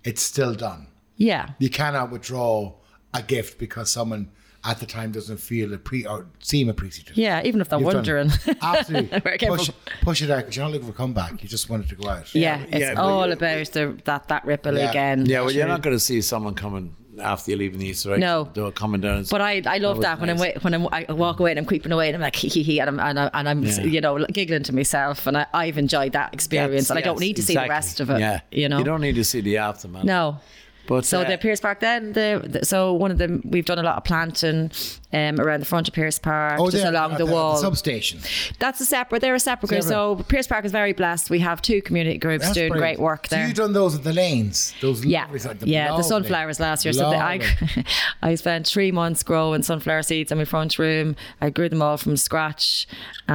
Speaker 3: it's still done.
Speaker 2: Yeah.
Speaker 3: You cannot withdraw a gift because someone at the time doesn't feel appre- or seem appreciative.
Speaker 2: Yeah. Even if they're
Speaker 3: You've done
Speaker 2: wondering.
Speaker 3: it. Absolutely.
Speaker 2: Where it came
Speaker 3: push,
Speaker 2: from.
Speaker 3: push it out because you're not looking for a comeback. You just want it to go out.
Speaker 2: yeah, It's
Speaker 1: yeah, but
Speaker 2: all
Speaker 1: you-
Speaker 2: about the, that that ripple
Speaker 3: Yeah.
Speaker 2: again.
Speaker 1: Yeah, well, you're not going to see someone coming after you leaving the Easter egg.
Speaker 2: No.
Speaker 1: They're coming down. and-
Speaker 2: But I, I love
Speaker 1: was
Speaker 2: that, when I'm
Speaker 1: nice.
Speaker 2: wait, when I'm, I walk away and I'm creeping away and I'm like hee hee hee and I'm and, I, and I'm
Speaker 1: Yeah.
Speaker 2: you know giggling to myself and I, I've enjoyed that experience
Speaker 1: That's-
Speaker 2: and I don't
Speaker 1: yes,
Speaker 2: need to see the
Speaker 1: exactly.
Speaker 2: rest of it.
Speaker 1: Yeah.
Speaker 2: You know.
Speaker 1: You don't need to see the aftermath.
Speaker 2: no.
Speaker 1: But,
Speaker 2: So
Speaker 1: uh,
Speaker 2: the Pierce Park then the, the- so one of them we've done a lot of planting um, around the front of Pierce Park
Speaker 1: Oh,
Speaker 2: just
Speaker 3: Oh, there,
Speaker 2: along
Speaker 3: at
Speaker 2: the, wall.
Speaker 3: The substation.
Speaker 2: That's a separate. They're a separate, group. So Pierce Park is very blessed. We have two community groups
Speaker 3: That's
Speaker 2: doing
Speaker 3: brilliant.
Speaker 2: great work
Speaker 3: So
Speaker 2: there.
Speaker 3: you've done those at the lanes. Those
Speaker 2: Yeah,
Speaker 3: lovely, like
Speaker 2: yeah, the
Speaker 3: lovely-
Speaker 2: sunflowers last year. So they, I,
Speaker 3: lovely.
Speaker 2: I spent three months growing sunflower seeds in my front room. I grew them all from scratch,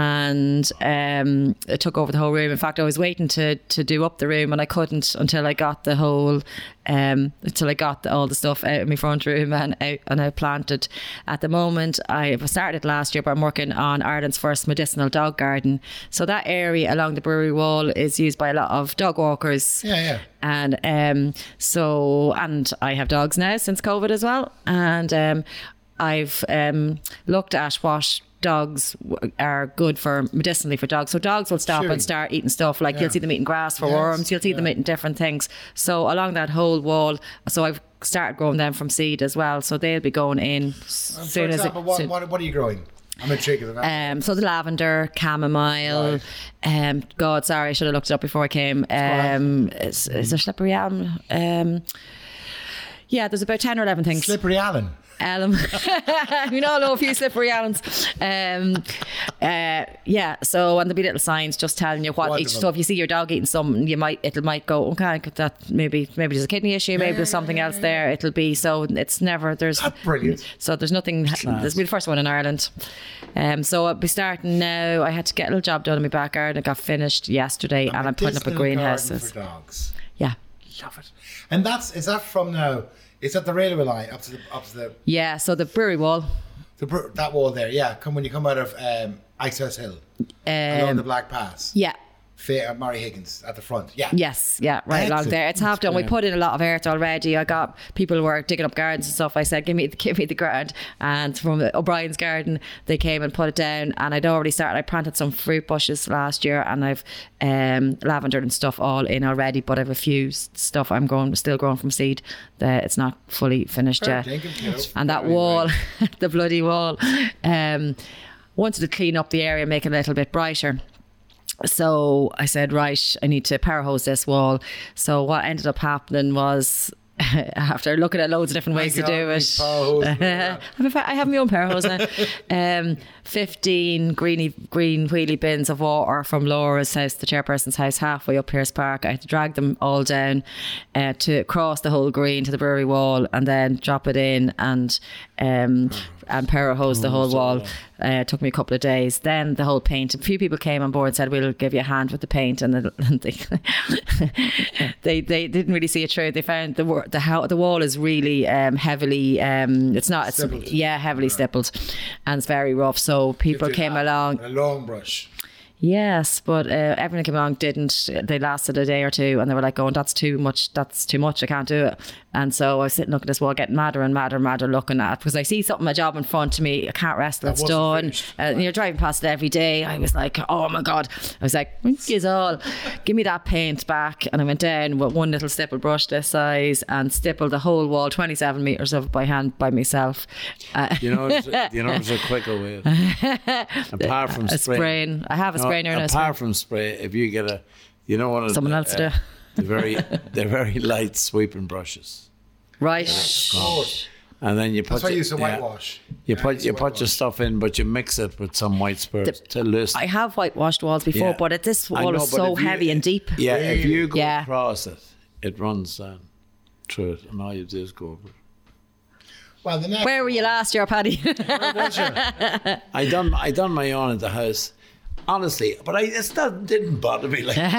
Speaker 2: and um, it took over the whole room. In fact, I was waiting to to do up the room, and I couldn't until I got the whole, um, until I got the, all the stuff out of my front room and out, and I planted. At the moment, I started last year, but I'm working on Ireland's first medicinal dog garden. So that area along the brewery wall is used by a lot of dog walkers
Speaker 3: Yeah, yeah.
Speaker 2: and um, so and I have dogs now since COVID as well, and um, I've um, looked at what dogs w- are good for medicinally for dogs. So dogs will stop
Speaker 3: Sure.
Speaker 2: and start eating stuff like
Speaker 3: Yeah.
Speaker 2: you'll see them eating grass for
Speaker 3: Yes,
Speaker 2: worms, you'll see them
Speaker 3: yeah.
Speaker 2: eating different things. So along that whole wall, so I've started growing them from seed as well. So they'll be going in s- soon
Speaker 3: And for
Speaker 2: as it.
Speaker 3: example, what,
Speaker 2: soon.
Speaker 3: What, what are you growing? I'm intrigued. At that.
Speaker 2: Um, so the lavender, chamomile. Um, God, sorry, I should have looked it up before I came. Um, is, is there slippery elm? Um, yeah, there's about ten or eleven things.
Speaker 3: Slippery Allen.
Speaker 2: Elm. we all know a few slippery elms. Um, uh, yeah. So and there'll be little signs just telling you what each.
Speaker 3: Wonderful.
Speaker 2: So if you see your dog eating something, you might it might go okay. That maybe maybe there's a kidney issue. Maybe there's something else there. It'll be so. It's never there's.
Speaker 3: That's brilliant.
Speaker 2: So there's nothing. This will be the first one in Ireland. Um, so I'll be starting now. I had to get a little job done in my backyard. It got finished yesterday, and I'm putting up a
Speaker 3: Medicinal
Speaker 2: greenhouse.
Speaker 3: garden for dogs.
Speaker 2: Yeah.
Speaker 3: Love it. And that's is that from now? Is that the railway line up to the up to the,
Speaker 2: Yeah. So the brewery wall.
Speaker 3: the br- that wall there? Yeah, come when you come out of um, Icehouse Hill along the
Speaker 2: Um,
Speaker 3: Black Pass.
Speaker 2: yeah.
Speaker 3: Fa- uh, Mary Higgins at the front. Yeah.
Speaker 2: Yes, yeah, right along
Speaker 3: Excellent.
Speaker 2: there. It's half done. We put in a lot of earth already. I got people who were digging up gardens and stuff. I said, "Give me, give me the ground." And from O'Brien's garden, they came and put it down. And I'd already started. I planted some fruit bushes last year, and I've um, lavender and stuff all in already. But I've a few s- stuff I'm growing, still growing from seed. That it's not fully finished
Speaker 3: Fair
Speaker 2: yet.
Speaker 3: dinkum, you know.
Speaker 2: And that
Speaker 3: Very
Speaker 2: wall, the bloody wall. Um, wanted to clean up the area, make it a little bit brighter. So I said, right, I need to power hose this wall. So what ended up happening was. After looking at loads of different ways to
Speaker 3: God,
Speaker 2: do it,
Speaker 3: big power hose and all that.
Speaker 2: I'm a fa- I have my own power hose now. Um, 15 greeny, green wheelie bins of water from Laura's house, the chairperson's house, halfway up Pierce Park. I had to drag them all down uh, to cross the whole green to the brewery wall and then drop it in and um, and power hose the whole wall. Uh, it took me a couple of days. Then the whole paint. A few people came on board and said, "We'll give you a hand with the paint," and, the, and they, they they didn't really see it through. They found the wor- the how the wall is really um, heavily. Um, it's not. It's,
Speaker 3: Stippled.
Speaker 2: yeah, heavily stippled, and it's very rough. So people
Speaker 3: Did
Speaker 2: came
Speaker 3: that.
Speaker 2: along.
Speaker 3: A long brush.
Speaker 2: Yes, but uh, everyone that came along didn't. They lasted a day or two, and they were like, "Going, that's too much. That's too much. I can't do it." And so I was sitting looking at this wall, getting madder and madder and madder, looking at it, because I see something my job in front of me. I can't rest till it's
Speaker 3: wasn't
Speaker 2: done.
Speaker 3: finished.
Speaker 2: Uh, and you're driving past it every day. I was like, "Oh my god!" I was like, "Is all, give me that paint back." And I went down with one little stipple brush this size and stippled the whole wall, 27 meters of it by hand by myself. Uh,
Speaker 1: You know, it's- you know, there's a quicker way. Apart from
Speaker 2: a sprain. I have a
Speaker 1: No,
Speaker 2: sprainer and a sprain.
Speaker 1: apart from spray, if you get a, you know what? uh,
Speaker 2: Someone else to do.
Speaker 1: They're very, they're very light sweeping brushes,
Speaker 2: Right.
Speaker 1: and then you put.
Speaker 3: That's why I
Speaker 1: your-
Speaker 3: use the
Speaker 1: yeah,
Speaker 3: whitewash.
Speaker 1: You
Speaker 3: Yeah, I
Speaker 1: put
Speaker 3: use
Speaker 1: you
Speaker 3: the
Speaker 1: put your
Speaker 3: whitewash.
Speaker 1: stuff in, but you mix it with some white spirits to loosen.
Speaker 2: I have whitewashed walls before,
Speaker 1: Yeah.
Speaker 2: but it, this
Speaker 1: I
Speaker 2: wall
Speaker 1: know,
Speaker 2: is
Speaker 1: but
Speaker 2: so
Speaker 1: if you-
Speaker 2: heavy and deep.
Speaker 1: Yeah, if you go
Speaker 2: Yeah.
Speaker 1: across it, it runs down through it, and all you do is go over. it.
Speaker 3: Well, the next
Speaker 2: Where were you last year, Paddy?
Speaker 1: I done I done my own at the house, honestly, but I it's not didn't bother me like.
Speaker 3: one,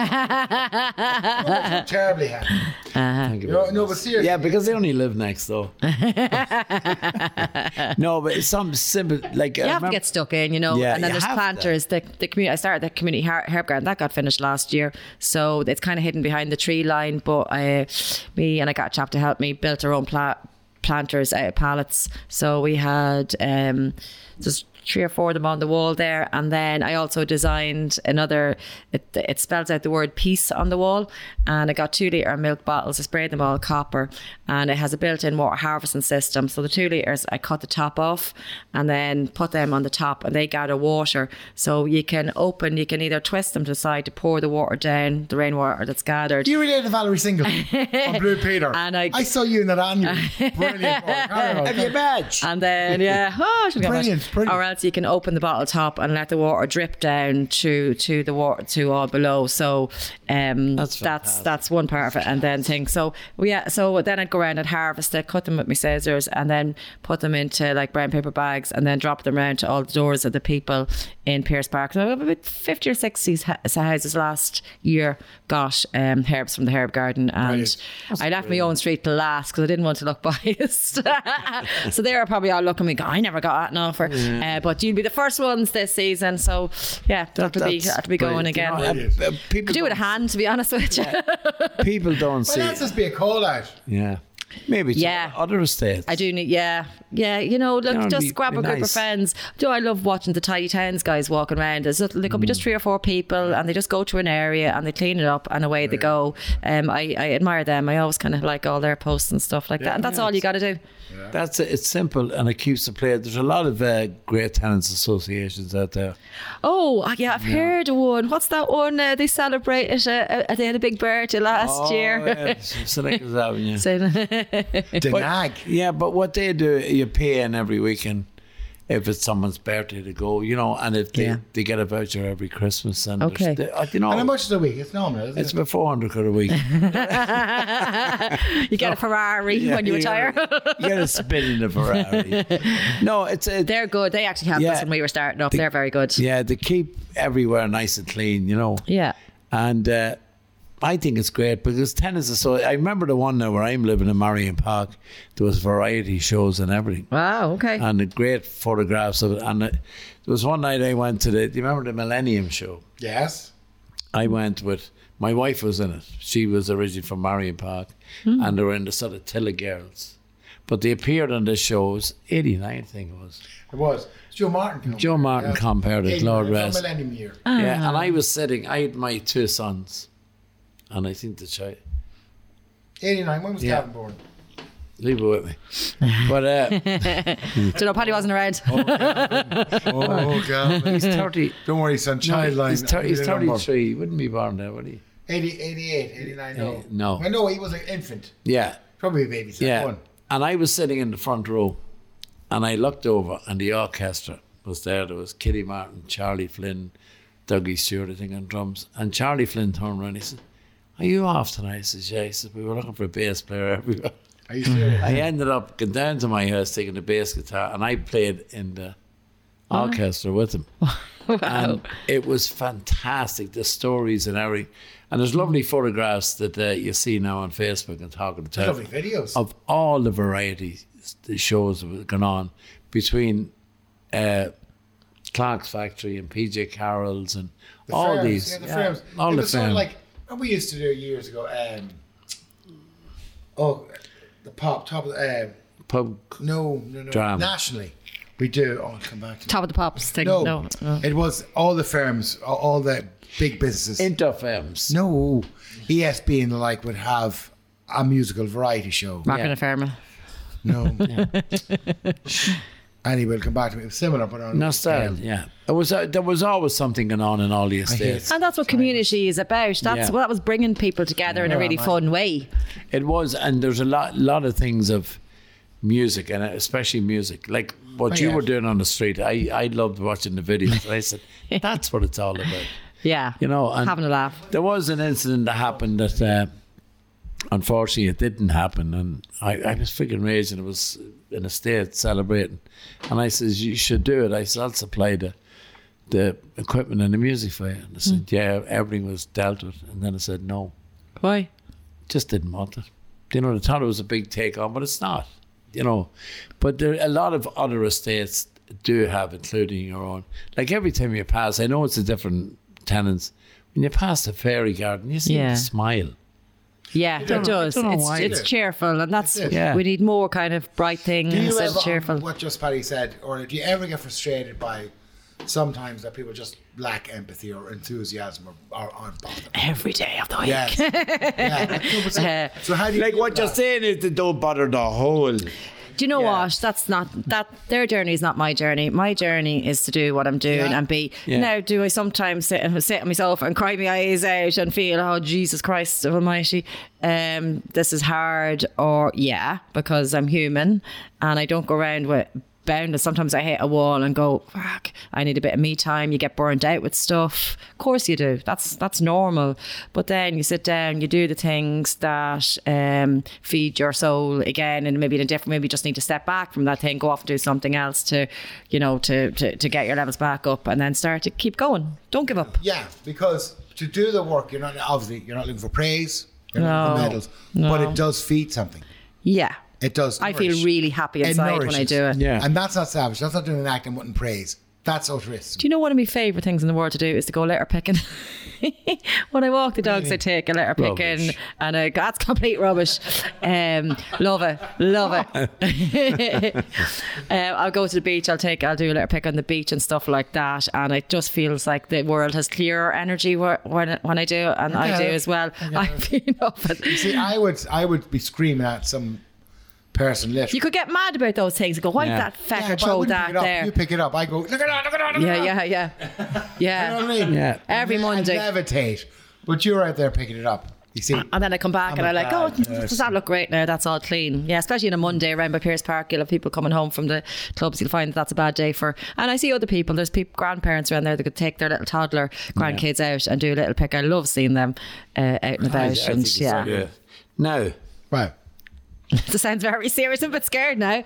Speaker 3: terribly happy.
Speaker 1: Thank you
Speaker 3: No,
Speaker 1: very
Speaker 3: no,
Speaker 1: much.
Speaker 3: but seriously.
Speaker 1: Yeah, because they only live next door. no, but it's some simple like
Speaker 2: you have to get stuck in, you know.
Speaker 1: Yeah,
Speaker 2: and then
Speaker 1: you
Speaker 2: there's
Speaker 1: have to.
Speaker 2: planters. The, the community. I started the community her- herb garden that got finished last year, so it's kind of hidden behind the tree line. But uh, me and I got a chap to help me built our own pla- planters out of pallets. So we had um, just three or four of them on the wall there, and then I also designed another. It, it spells out the word peace on the wall, and I got two liter milk bottles. I sprayed them all copper, and it has a built-in water harvesting system. So the two liters, I cut the top off, and then put them on the top, and they gather water. So you can open, you can either twist them to the side to pour the water down, the rainwater that's gathered.
Speaker 3: Do you relate to Valerie Single on Blue Peter?
Speaker 2: And I-
Speaker 3: saw you in that annual. Brilliant. boy. Carry on.
Speaker 1: badge.
Speaker 2: And then yeah, oh, I should get a
Speaker 3: Brilliant,
Speaker 2: match.
Speaker 3: brilliant.
Speaker 2: Or else you can open the bottle top and let the water drip down to to the water to all below. So um,
Speaker 1: That's
Speaker 2: that's that's
Speaker 1: fantastic.
Speaker 2: one part of it. And then things. So yeah, so then I'd go around and harvest it, cut them with my scissors, and then put them into like brown paper bags, and then drop them around to all the doors of the people in Pierce Park. So about fifty or sixty s- houses last year got um, herbs from the herb garden, and
Speaker 3: Brilliant.
Speaker 2: I left my own street to last because I didn't want to look biased. so they were probably all looking at me, going, I never got an offer. Uh, but you'll be the first ones this season. So, yeah, they'll have to be, have to be going again.
Speaker 1: people
Speaker 2: do it a
Speaker 1: don't-
Speaker 2: hand, to be honest with you.
Speaker 1: People don't
Speaker 3: Well,
Speaker 1: see.
Speaker 3: that's just be a call out.
Speaker 1: yeah, maybe.
Speaker 2: Yeah.
Speaker 1: Yeah, other estates.
Speaker 2: I do need, yeah, yeah. You know, look,
Speaker 1: Yeah, it'd
Speaker 2: just
Speaker 1: be-
Speaker 2: grab
Speaker 1: be
Speaker 2: a group of
Speaker 1: nice.
Speaker 2: friends. Do I love watching the tidy towns guys walking around? There's, there could be
Speaker 1: Mm.
Speaker 2: just three or four people, and they just go to an area and they clean it up, and away they go. Um, I, I admire them. I always kind of like all their posts and stuff like that, and that's all you got to do.
Speaker 1: That's it. It's simple and it keeps the player. There's a lot of uh, great tenants associations out there.
Speaker 2: Oh, uh, yeah, I've heard of one. What's that one? Uh, they celebrated, uh, uh, they had a big birthday last year.
Speaker 1: Oh, yeah, Senecas Avenue.
Speaker 2: So-
Speaker 3: Denag.
Speaker 1: Yeah, but what they do, you pay in every weekend if it's someone's birthday to go, you know, and if they,
Speaker 2: Yeah.
Speaker 1: they get a voucher every Christmas. And there's-
Speaker 2: Okay.
Speaker 1: they- uh, you know,
Speaker 3: And how much is a week? It's normal, isn't
Speaker 1: it's
Speaker 3: it?
Speaker 1: about 400 quid a week.
Speaker 2: you
Speaker 1: Oh,
Speaker 2: get a Ferrari when you
Speaker 1: You
Speaker 2: retire.
Speaker 1: gotta- you get a spin in a Ferrari. no, it's a.
Speaker 2: They're good. They actually helped
Speaker 1: Yeah.
Speaker 2: us when we were starting up.
Speaker 1: They-
Speaker 2: They're very good. Yeah.
Speaker 1: yeah, they keep everywhere nice and clean, you know. And uh, I think it's great because tennis is so. I remember the one now where I'm living in Marion Park, there was variety shows and everything.
Speaker 2: Wow, okay.
Speaker 1: and the great photographs of it. And it, there was one night I went to the. Do you remember the Millennium Show?
Speaker 3: Yes.
Speaker 1: I went with my wife was in it. She was originally from Marion Park, and they were in the sort of Tilla girls. But they appeared on the shows. Eighty nine, I think it was.
Speaker 3: It was. Joe Martin. Compared.
Speaker 1: Joe Martin compared it, Lord rest.
Speaker 3: Millennium year.
Speaker 1: Yeah, and I was sitting. I had my two sons, and I think the child.
Speaker 3: 89. When was
Speaker 1: Yeah.
Speaker 3: Gavin born?
Speaker 1: Leave it with me. But uh,
Speaker 2: Don't know, probably wasn't around.
Speaker 3: Oh, God.
Speaker 1: he's 30.
Speaker 3: Don't worry, son. Child line.
Speaker 1: He's, thir-
Speaker 3: I
Speaker 1: he's
Speaker 3: did a number.
Speaker 1: 33. He wouldn't be born there, would he?
Speaker 3: 80, 88, 89, no.
Speaker 1: Eh, no.
Speaker 3: oh. Well, no, he was an infant.
Speaker 1: Yeah.
Speaker 3: Probably a baby. so
Speaker 1: Yeah.
Speaker 3: one.
Speaker 1: And I was sitting in the front row and I looked over and the orchestra was there. There was Kitty Martin, Charlie Flynn, Dougie Stewart, I think, on drums. And Charlie Flynn turned around and he said, Are you off tonight? I said, Yeah. He said, We were looking for a bass player everywhere.
Speaker 3: Are you serious?
Speaker 1: I ended up going down to my house taking the bass guitar and I played in the orchestra with him. And it was fantastic, the stories and everything. And there's lovely photographs that uh, you see now on Facebook and talking to town
Speaker 3: Lovely videos.
Speaker 1: of all the varieties, the shows that were going on between uh, Clark's Factory and PJ Carroll's and
Speaker 3: The
Speaker 1: all
Speaker 3: firms,
Speaker 1: these,
Speaker 3: Yeah, the
Speaker 1: yeah,
Speaker 3: firms.
Speaker 1: all
Speaker 3: it
Speaker 1: the
Speaker 3: was sort
Speaker 1: firms.
Speaker 3: of like, and we used to do years ago, um, oh, the pop, top of the, um,
Speaker 1: pub.
Speaker 3: no, no, no.
Speaker 1: Drama.
Speaker 3: Nationally, we do, oh, come back to me.
Speaker 2: Top of the Pops thing.
Speaker 3: No,
Speaker 2: No. no,
Speaker 3: it was all the firms, all- all the big businesses.
Speaker 1: Interfirms.
Speaker 3: no, ESB and the like would have a musical variety show.
Speaker 2: Mark
Speaker 1: yeah.
Speaker 2: and a Ferma.
Speaker 3: No. Annie will come back to me. It was similar, but on
Speaker 1: Not style, yeah. It was, uh, there was always something going on in all the estates.
Speaker 2: And that's what community is about. That's
Speaker 1: Yeah.
Speaker 2: well, that was bringing people together in a
Speaker 3: Yeah,
Speaker 2: really
Speaker 3: man.
Speaker 2: fun way.
Speaker 1: It was, and there's a lot, lot of things of music, and especially music. Like what
Speaker 3: Oh,
Speaker 1: you
Speaker 3: yeah.
Speaker 1: were doing on the street, I, I loved watching the videos. I said, that's what it's all about.
Speaker 2: Yeah,
Speaker 1: You know, and
Speaker 2: having a laugh.
Speaker 1: There was an incident that happened that, uh, unfortunately, it didn't happen, and I, I was freaking raging. It was in a state celebrating, and I says, "You should do it." I said, "I'll supply the the equipment and the music for you." And I said, "Yeah, everything was dealt with," and then I said, "No,
Speaker 2: Why?
Speaker 1: just didn't want it." You know, they thought it was a big take on, but it's not. You know, but there a lot of other estates do have, including your own. Like every time you pass, I know it's a different tenants. When you pass the fairy garden, you see
Speaker 2: Yeah.
Speaker 1: them smile.
Speaker 2: Yeah, it
Speaker 3: don't know-
Speaker 2: does.
Speaker 1: I don't know
Speaker 2: It's
Speaker 1: why
Speaker 2: it's
Speaker 3: either.
Speaker 2: cheerful, and that's
Speaker 3: That's it.
Speaker 1: Yeah.
Speaker 2: we need more kind of bright things
Speaker 3: Do you
Speaker 2: instead
Speaker 3: ever,
Speaker 1: um,
Speaker 3: um,
Speaker 2: of cheerful.
Speaker 3: what just Paddy said, or do you ever get frustrated by sometimes that people just lack empathy or enthusiasm or, or aren't bothered?
Speaker 2: Every day of the week.
Speaker 3: Yes. yeah. No, but so,
Speaker 2: Uh,
Speaker 3: so how do you
Speaker 1: Like
Speaker 3: deal
Speaker 1: what
Speaker 3: with
Speaker 1: you're
Speaker 3: that?
Speaker 1: saying is they don't bother the whole.
Speaker 2: Do you know
Speaker 3: Yeah.
Speaker 2: what? That's not that their journey is not my journey. My journey is to do what I'm doing
Speaker 3: Yeah.
Speaker 2: and be.
Speaker 1: Yeah.
Speaker 2: Now, do I sometimes sit and sit on myself and cry my eyes out and feel, oh Jesus Christ Almighty, um, this is hard, or yeah, because I'm human and I don't go around with boundless. Sometimes I hit a wall and go, fuck, I need a bit of me time. You get burnt out with stuff. Of course you do. That's that's normal. But then you sit down, you do the things that um, feed your soul again, and maybe in a different. Maybe you just need to step back from that thing, go off and do something else to, you know, to to, to get your levels back up, and then start to keep going. Don't give up.
Speaker 3: Yeah, because to do the work, you're not obviously you're not looking for praise, you're not looking for
Speaker 2: No.
Speaker 3: medals,
Speaker 2: No.
Speaker 3: but it does feed something.
Speaker 2: Yeah,
Speaker 3: It does.
Speaker 2: I feel
Speaker 3: nourish.
Speaker 2: really happy
Speaker 3: It
Speaker 2: inside when I
Speaker 3: nourishes.
Speaker 2: do it.
Speaker 1: Yeah.
Speaker 3: and that's not savage. That's not doing an act and wanting praise. That's altruistic.
Speaker 2: Do you know one of my favourite things in the world to do is to go litter picking? when I walk the dogs, I take a litter picking,
Speaker 1: Rubbish.
Speaker 2: and I, that's complete rubbish. Um, love it, love it. um, I'll go to the beach. I'll take, I'll do a litter pick on the beach and stuff like that, and it just feels like the world has clearer energy wh- when when I do, it, and I do
Speaker 3: Okay.
Speaker 2: as well. I feel of it.
Speaker 3: See, I would I would be screaming at some person literally.
Speaker 2: You could get mad about those things and go, why
Speaker 1: Yeah.
Speaker 2: did that fecker
Speaker 3: Yeah, but I
Speaker 2: throw
Speaker 3: wouldn't
Speaker 2: that
Speaker 3: pick it up.
Speaker 2: there?
Speaker 3: You pick it up. I go, look at that, look at that, look at
Speaker 2: yeah,
Speaker 3: that.
Speaker 2: yeah, yeah,
Speaker 3: You know
Speaker 2: yeah.
Speaker 3: what I mean?
Speaker 1: Yeah.
Speaker 2: Every
Speaker 3: And
Speaker 2: Monday.
Speaker 3: I levitate. But you're out there picking it up. You see,
Speaker 2: And then I come back
Speaker 3: I'm
Speaker 2: and
Speaker 3: a
Speaker 2: I'm like,
Speaker 3: bad
Speaker 2: oh, does that look great now? That's all clean. Yeah, especially on a Monday around by Pierce Park, you'll have people coming home from the clubs. You'll find that's a bad day for. And I see other people. There's people, grandparents around there that could take their little toddler grandkids out and do a little pick. I love seeing them uh, out and about. and yeah,
Speaker 1: Now,
Speaker 3: right.
Speaker 2: it sounds very serious. I'm a bit scared now.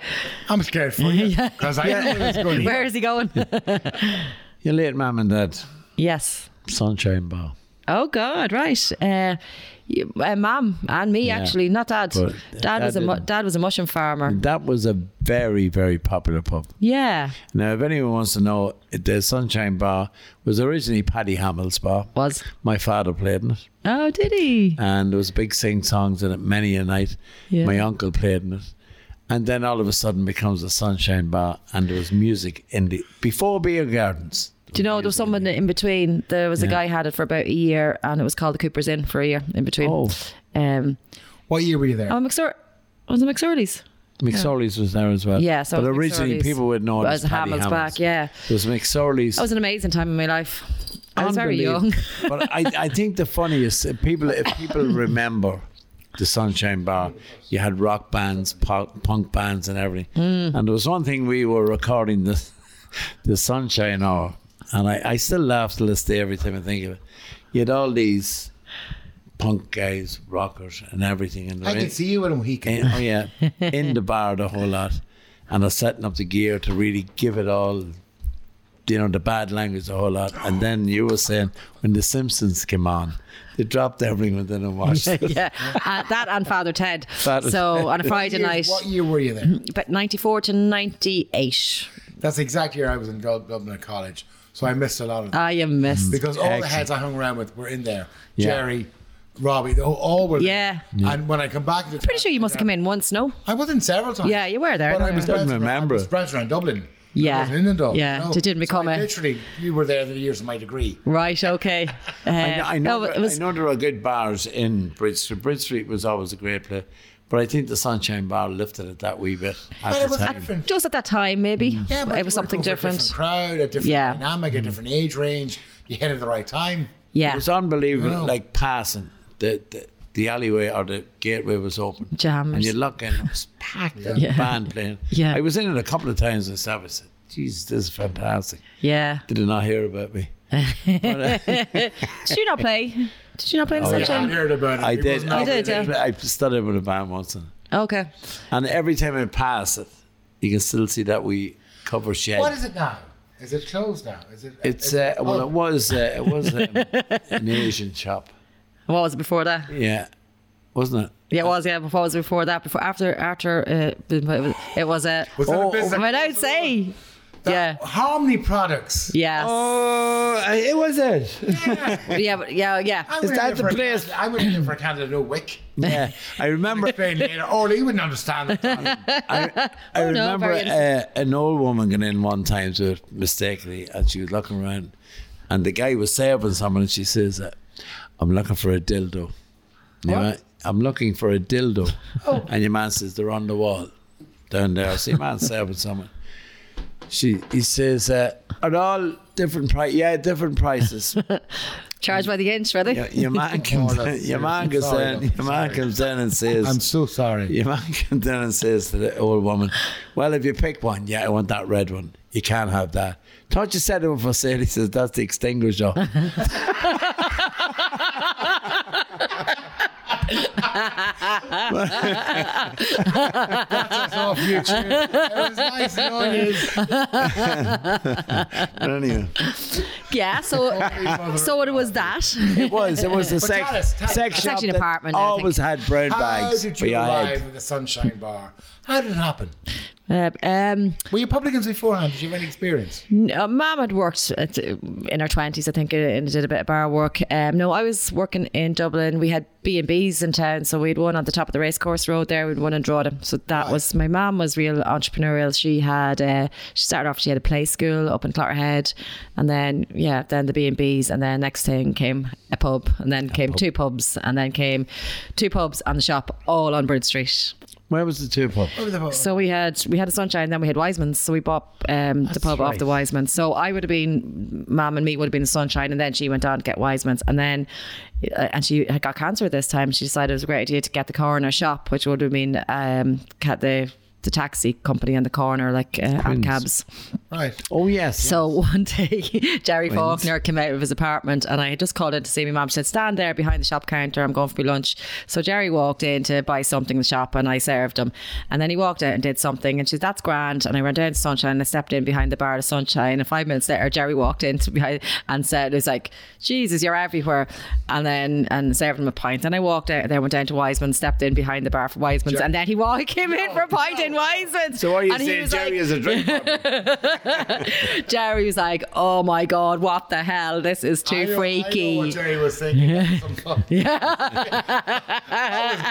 Speaker 3: I'm scared for you because I know where it's going.
Speaker 2: Where is he going?
Speaker 1: your late mum and dad,
Speaker 2: yes.
Speaker 1: Sunshine Bar.
Speaker 2: Oh God, right. Uh, you- uh, Mum and me
Speaker 1: Yeah.
Speaker 2: actually, not Dad.
Speaker 1: But
Speaker 2: dad,
Speaker 1: Dad
Speaker 2: was a mu-
Speaker 1: didn't. Mm.
Speaker 2: Dad was a mushroom farmer.
Speaker 1: That was a very, very popular pub.
Speaker 2: Yeah,
Speaker 1: Now, if anyone wants to know, the Sunshine Bar was originally Paddy Hamill's bar.
Speaker 2: was.
Speaker 1: My father played in it,
Speaker 2: Oh, did he?
Speaker 1: and there was big sing songs in it many a night.
Speaker 2: Yeah.
Speaker 1: My uncle played in it, and then all of a sudden becomes the Sunshine Bar, and there was music in the before beer gardens.
Speaker 2: Do you know there was someone in between? There was a
Speaker 1: Yeah.
Speaker 2: guy had it for about a year, and it was called the Cooper's Inn for a year in between.
Speaker 1: Oh.
Speaker 2: Um,
Speaker 3: What year were you there?
Speaker 2: oh, McSort. Was it McSorley's?
Speaker 1: McSorley's was there as well.
Speaker 2: Yeah, so it
Speaker 1: but
Speaker 2: was
Speaker 1: originally
Speaker 2: McSorley's.
Speaker 1: people would know Oh, it
Speaker 2: But
Speaker 1: as
Speaker 2: as
Speaker 1: Paddy
Speaker 2: Hamill's
Speaker 1: Hamill's
Speaker 2: back, yeah.
Speaker 1: It was McSorley's.
Speaker 2: That was an amazing time in my life. I was very young.
Speaker 1: Unbelievable. but I, I think the funniest if people if people remember the Sunshine Bar, you had rock bands, po- punk bands, and everything.
Speaker 2: Hmm.
Speaker 1: And there was one thing we were recording the the Sunshine Hour, and I, I still laugh to this day every time I think of it. You had all these punk guys, rockers, and everything, and
Speaker 3: I
Speaker 1: they're in-
Speaker 3: can see you in a week.
Speaker 1: in, oh yeah, in the bar the whole lot, and are setting up the gear to really give it all. You know the bad language a whole lot, and then you were saying when the Simpsons came on, they dropped everything within a watch.
Speaker 2: yeah, uh, that and Father Ted.
Speaker 1: Father
Speaker 2: so
Speaker 1: Ted.
Speaker 2: on a Friday
Speaker 3: Years-
Speaker 2: night,
Speaker 3: What year were you there?
Speaker 2: but ninety four to ninety eight.
Speaker 3: That's the exact year I was in Dub- Dublin at college, so I missed a lot of them.
Speaker 2: Ah, you missed.
Speaker 3: because all the
Speaker 1: Excellent.
Speaker 3: heads I hung around with were in there.
Speaker 1: Yeah.
Speaker 3: Jerry, Robbie, they all- all were. there.
Speaker 2: Yeah.
Speaker 3: And when I come back, to
Speaker 2: Pretty sure you must have come in once, no?
Speaker 3: I was in several times.
Speaker 2: Yeah, you were there.
Speaker 3: But I was
Speaker 1: Don't
Speaker 3: bouncing around-
Speaker 1: remember.
Speaker 3: I was bouncing around Dublin.
Speaker 2: Yeah.
Speaker 3: I wasn't in Dublin.
Speaker 2: Yeah,
Speaker 3: no.
Speaker 2: they didn't
Speaker 3: So
Speaker 2: become
Speaker 3: I
Speaker 2: a-
Speaker 3: Literally, you were there the years of my degree.
Speaker 2: Right. Okay. Uh,
Speaker 1: I know, I know,
Speaker 2: no, but
Speaker 1: there- I know there are good bars in Bridge Street. Bridge Street was always a great place, but I think the Sunshine Bar lifted it that wee bit
Speaker 3: But
Speaker 1: at
Speaker 3: it
Speaker 1: the
Speaker 3: was
Speaker 1: time.
Speaker 3: different.
Speaker 2: just at that time, maybe
Speaker 1: Mm.
Speaker 3: Yeah,
Speaker 2: it was
Speaker 3: but you were
Speaker 2: something
Speaker 3: going for a
Speaker 2: different.
Speaker 3: different crowd, a different
Speaker 2: Yeah. Mm-hmm.
Speaker 3: dynamic, a different age range. You hit it at the right time.
Speaker 2: Yeah,
Speaker 1: It was unbelievable,
Speaker 3: No.
Speaker 1: like passing the, the the alleyway or the gateway was open.
Speaker 2: Jammers.
Speaker 1: And you look in, it was packed. Yeah.
Speaker 2: Yeah.
Speaker 1: Band playing.
Speaker 2: Yeah.
Speaker 1: I was in it a couple of times myself. I said, "Jeez, this is fantastic."
Speaker 2: yeah.
Speaker 1: Did they not hear about me?
Speaker 2: Did you not play? Did you not play in the
Speaker 1: yeah.
Speaker 3: I
Speaker 2: sunshine?
Speaker 3: heard about it.
Speaker 1: I
Speaker 3: It
Speaker 1: did.
Speaker 3: wasn't
Speaker 1: I
Speaker 3: out
Speaker 2: did,
Speaker 3: there.
Speaker 2: yeah.
Speaker 1: I studied with a band once, and,
Speaker 2: Okay.
Speaker 1: and every time I pass it, you can still see that we cover shed.
Speaker 3: What is it now? Is it closed now? Is it?
Speaker 1: it's
Speaker 3: is
Speaker 1: uh,
Speaker 3: it-
Speaker 1: well,
Speaker 3: oh,
Speaker 1: it was uh, it was um, an Asian shop.
Speaker 2: What was it before that?
Speaker 1: Yeah, wasn't it?
Speaker 2: Yeah, it was. Yeah, before it was before that. Before after after uh, it was- it was uh, a.
Speaker 3: Was that
Speaker 1: oh,
Speaker 3: a business?
Speaker 2: But I'd say, yeah,
Speaker 3: Harmony Products.
Speaker 2: yes,
Speaker 1: Oh, I- it was it.
Speaker 2: yeah, but yeah, oh, yeah.
Speaker 3: I went in
Speaker 1: that
Speaker 3: there for
Speaker 1: the
Speaker 3: a
Speaker 1: place?
Speaker 3: Canada- I went in there for a Canada No Wick.
Speaker 1: Yeah, I remember.
Speaker 3: Explain later. Oh, he wouldn't understand that.
Speaker 1: I, I
Speaker 2: no,
Speaker 1: remember
Speaker 2: very
Speaker 1: uh, an old woman going in one time to it mistakenly, and she was looking around, and the guy was serving someone, and she says, uh, "I'm looking for a dildo." And your man- I'm looking for a dildo, and your man says they're on the wall down there. So your man's serving someone. She he says, uh, "Are they all different price? Yeah, different prices."
Speaker 2: Charged by the inch, really.
Speaker 1: Your, your man comes,
Speaker 3: that's
Speaker 1: your man
Speaker 3: serious.
Speaker 1: comes
Speaker 3: Sorry,
Speaker 1: down,
Speaker 3: Doc,
Speaker 1: your man
Speaker 3: sorry.
Speaker 1: comes down and says,
Speaker 3: so sorry.
Speaker 1: your man comes down and says to the old woman, Well, if you pick one, yeah, I want that red one. You can't have that. Thought you said it was for sale. He says, That's the extinguisher.
Speaker 3: That's off YouTube. It was nice knowing you.
Speaker 1: anyway,
Speaker 2: Yeah. So,
Speaker 3: mother
Speaker 2: so it was that.
Speaker 1: it was. It was the
Speaker 3: But
Speaker 1: sex,
Speaker 3: tell us, tell us.
Speaker 1: sex
Speaker 2: It's
Speaker 1: shop
Speaker 2: actually an
Speaker 1: that
Speaker 2: apartment, I
Speaker 1: always had brown
Speaker 3: How
Speaker 1: bags
Speaker 3: did you
Speaker 1: behind.
Speaker 3: arrive at the Sunshine Bar? How did it happen?
Speaker 2: Uh, um,
Speaker 3: Were you publicans beforehand? Did you have any experience?
Speaker 2: No, Mum had worked at, in her twenties, I think, uh, and did a bit of bar work. Um, no, I was working in Dublin. We had B and B's in town, so we had one on the top of the racecourse road there. We'd one in Drogheda. So that was my mum was real entrepreneurial. She had uh, she started off. She had a play school up in Clotterhead, and then yeah, then the B and B's, and then next thing came a pub, and then came two pubs, and then came two pubs and the shop all on Bird Street.
Speaker 1: Where was the two pub?
Speaker 3: Oh.
Speaker 2: So we had we had a sunshine, then we had Wiseman's. So we bought um, the pub off
Speaker 1: right.
Speaker 2: the Wiseman's. So I would have been, Mum and me would have been sunshine, and then she went on to get Wiseman's, and then uh, and she had got cancer this time. She decided it was a great idea to get the coroner shop, which would have been um, cat the the taxi company and the coroner like uh, and cabs.
Speaker 3: Right.
Speaker 1: Oh, yes.
Speaker 2: So one day, Jerry Faulkner came out of his apartment, and I had just called in to see my mum. She said, "Stand there behind the shop counter. I'm going for my lunch." So Jerry walked in to buy something in the shop, and I served him. And then he walked out and did something, and she said, "That's grand." And I ran down to Sunshine, and I stepped in behind the bar of Sunshine. And five minutes later, Jerry walked in to behind and said, "It was like, Jesus, you're everywhere." And then and served him a pint. And I walked out, and then went down to Wiseman, stepped in behind the bar for Wiseman's, and then he walked, came in for a pint Shane Wiseman.
Speaker 1: So what are you
Speaker 2: And he
Speaker 1: saying
Speaker 2: was
Speaker 1: Jerry
Speaker 2: like-
Speaker 1: is a drink problem?
Speaker 2: Jerry was like, "Oh my god, what the hell? This is
Speaker 3: I
Speaker 2: too
Speaker 3: know- I know what
Speaker 2: freaky."
Speaker 3: Jerry was thinking. Some fuck-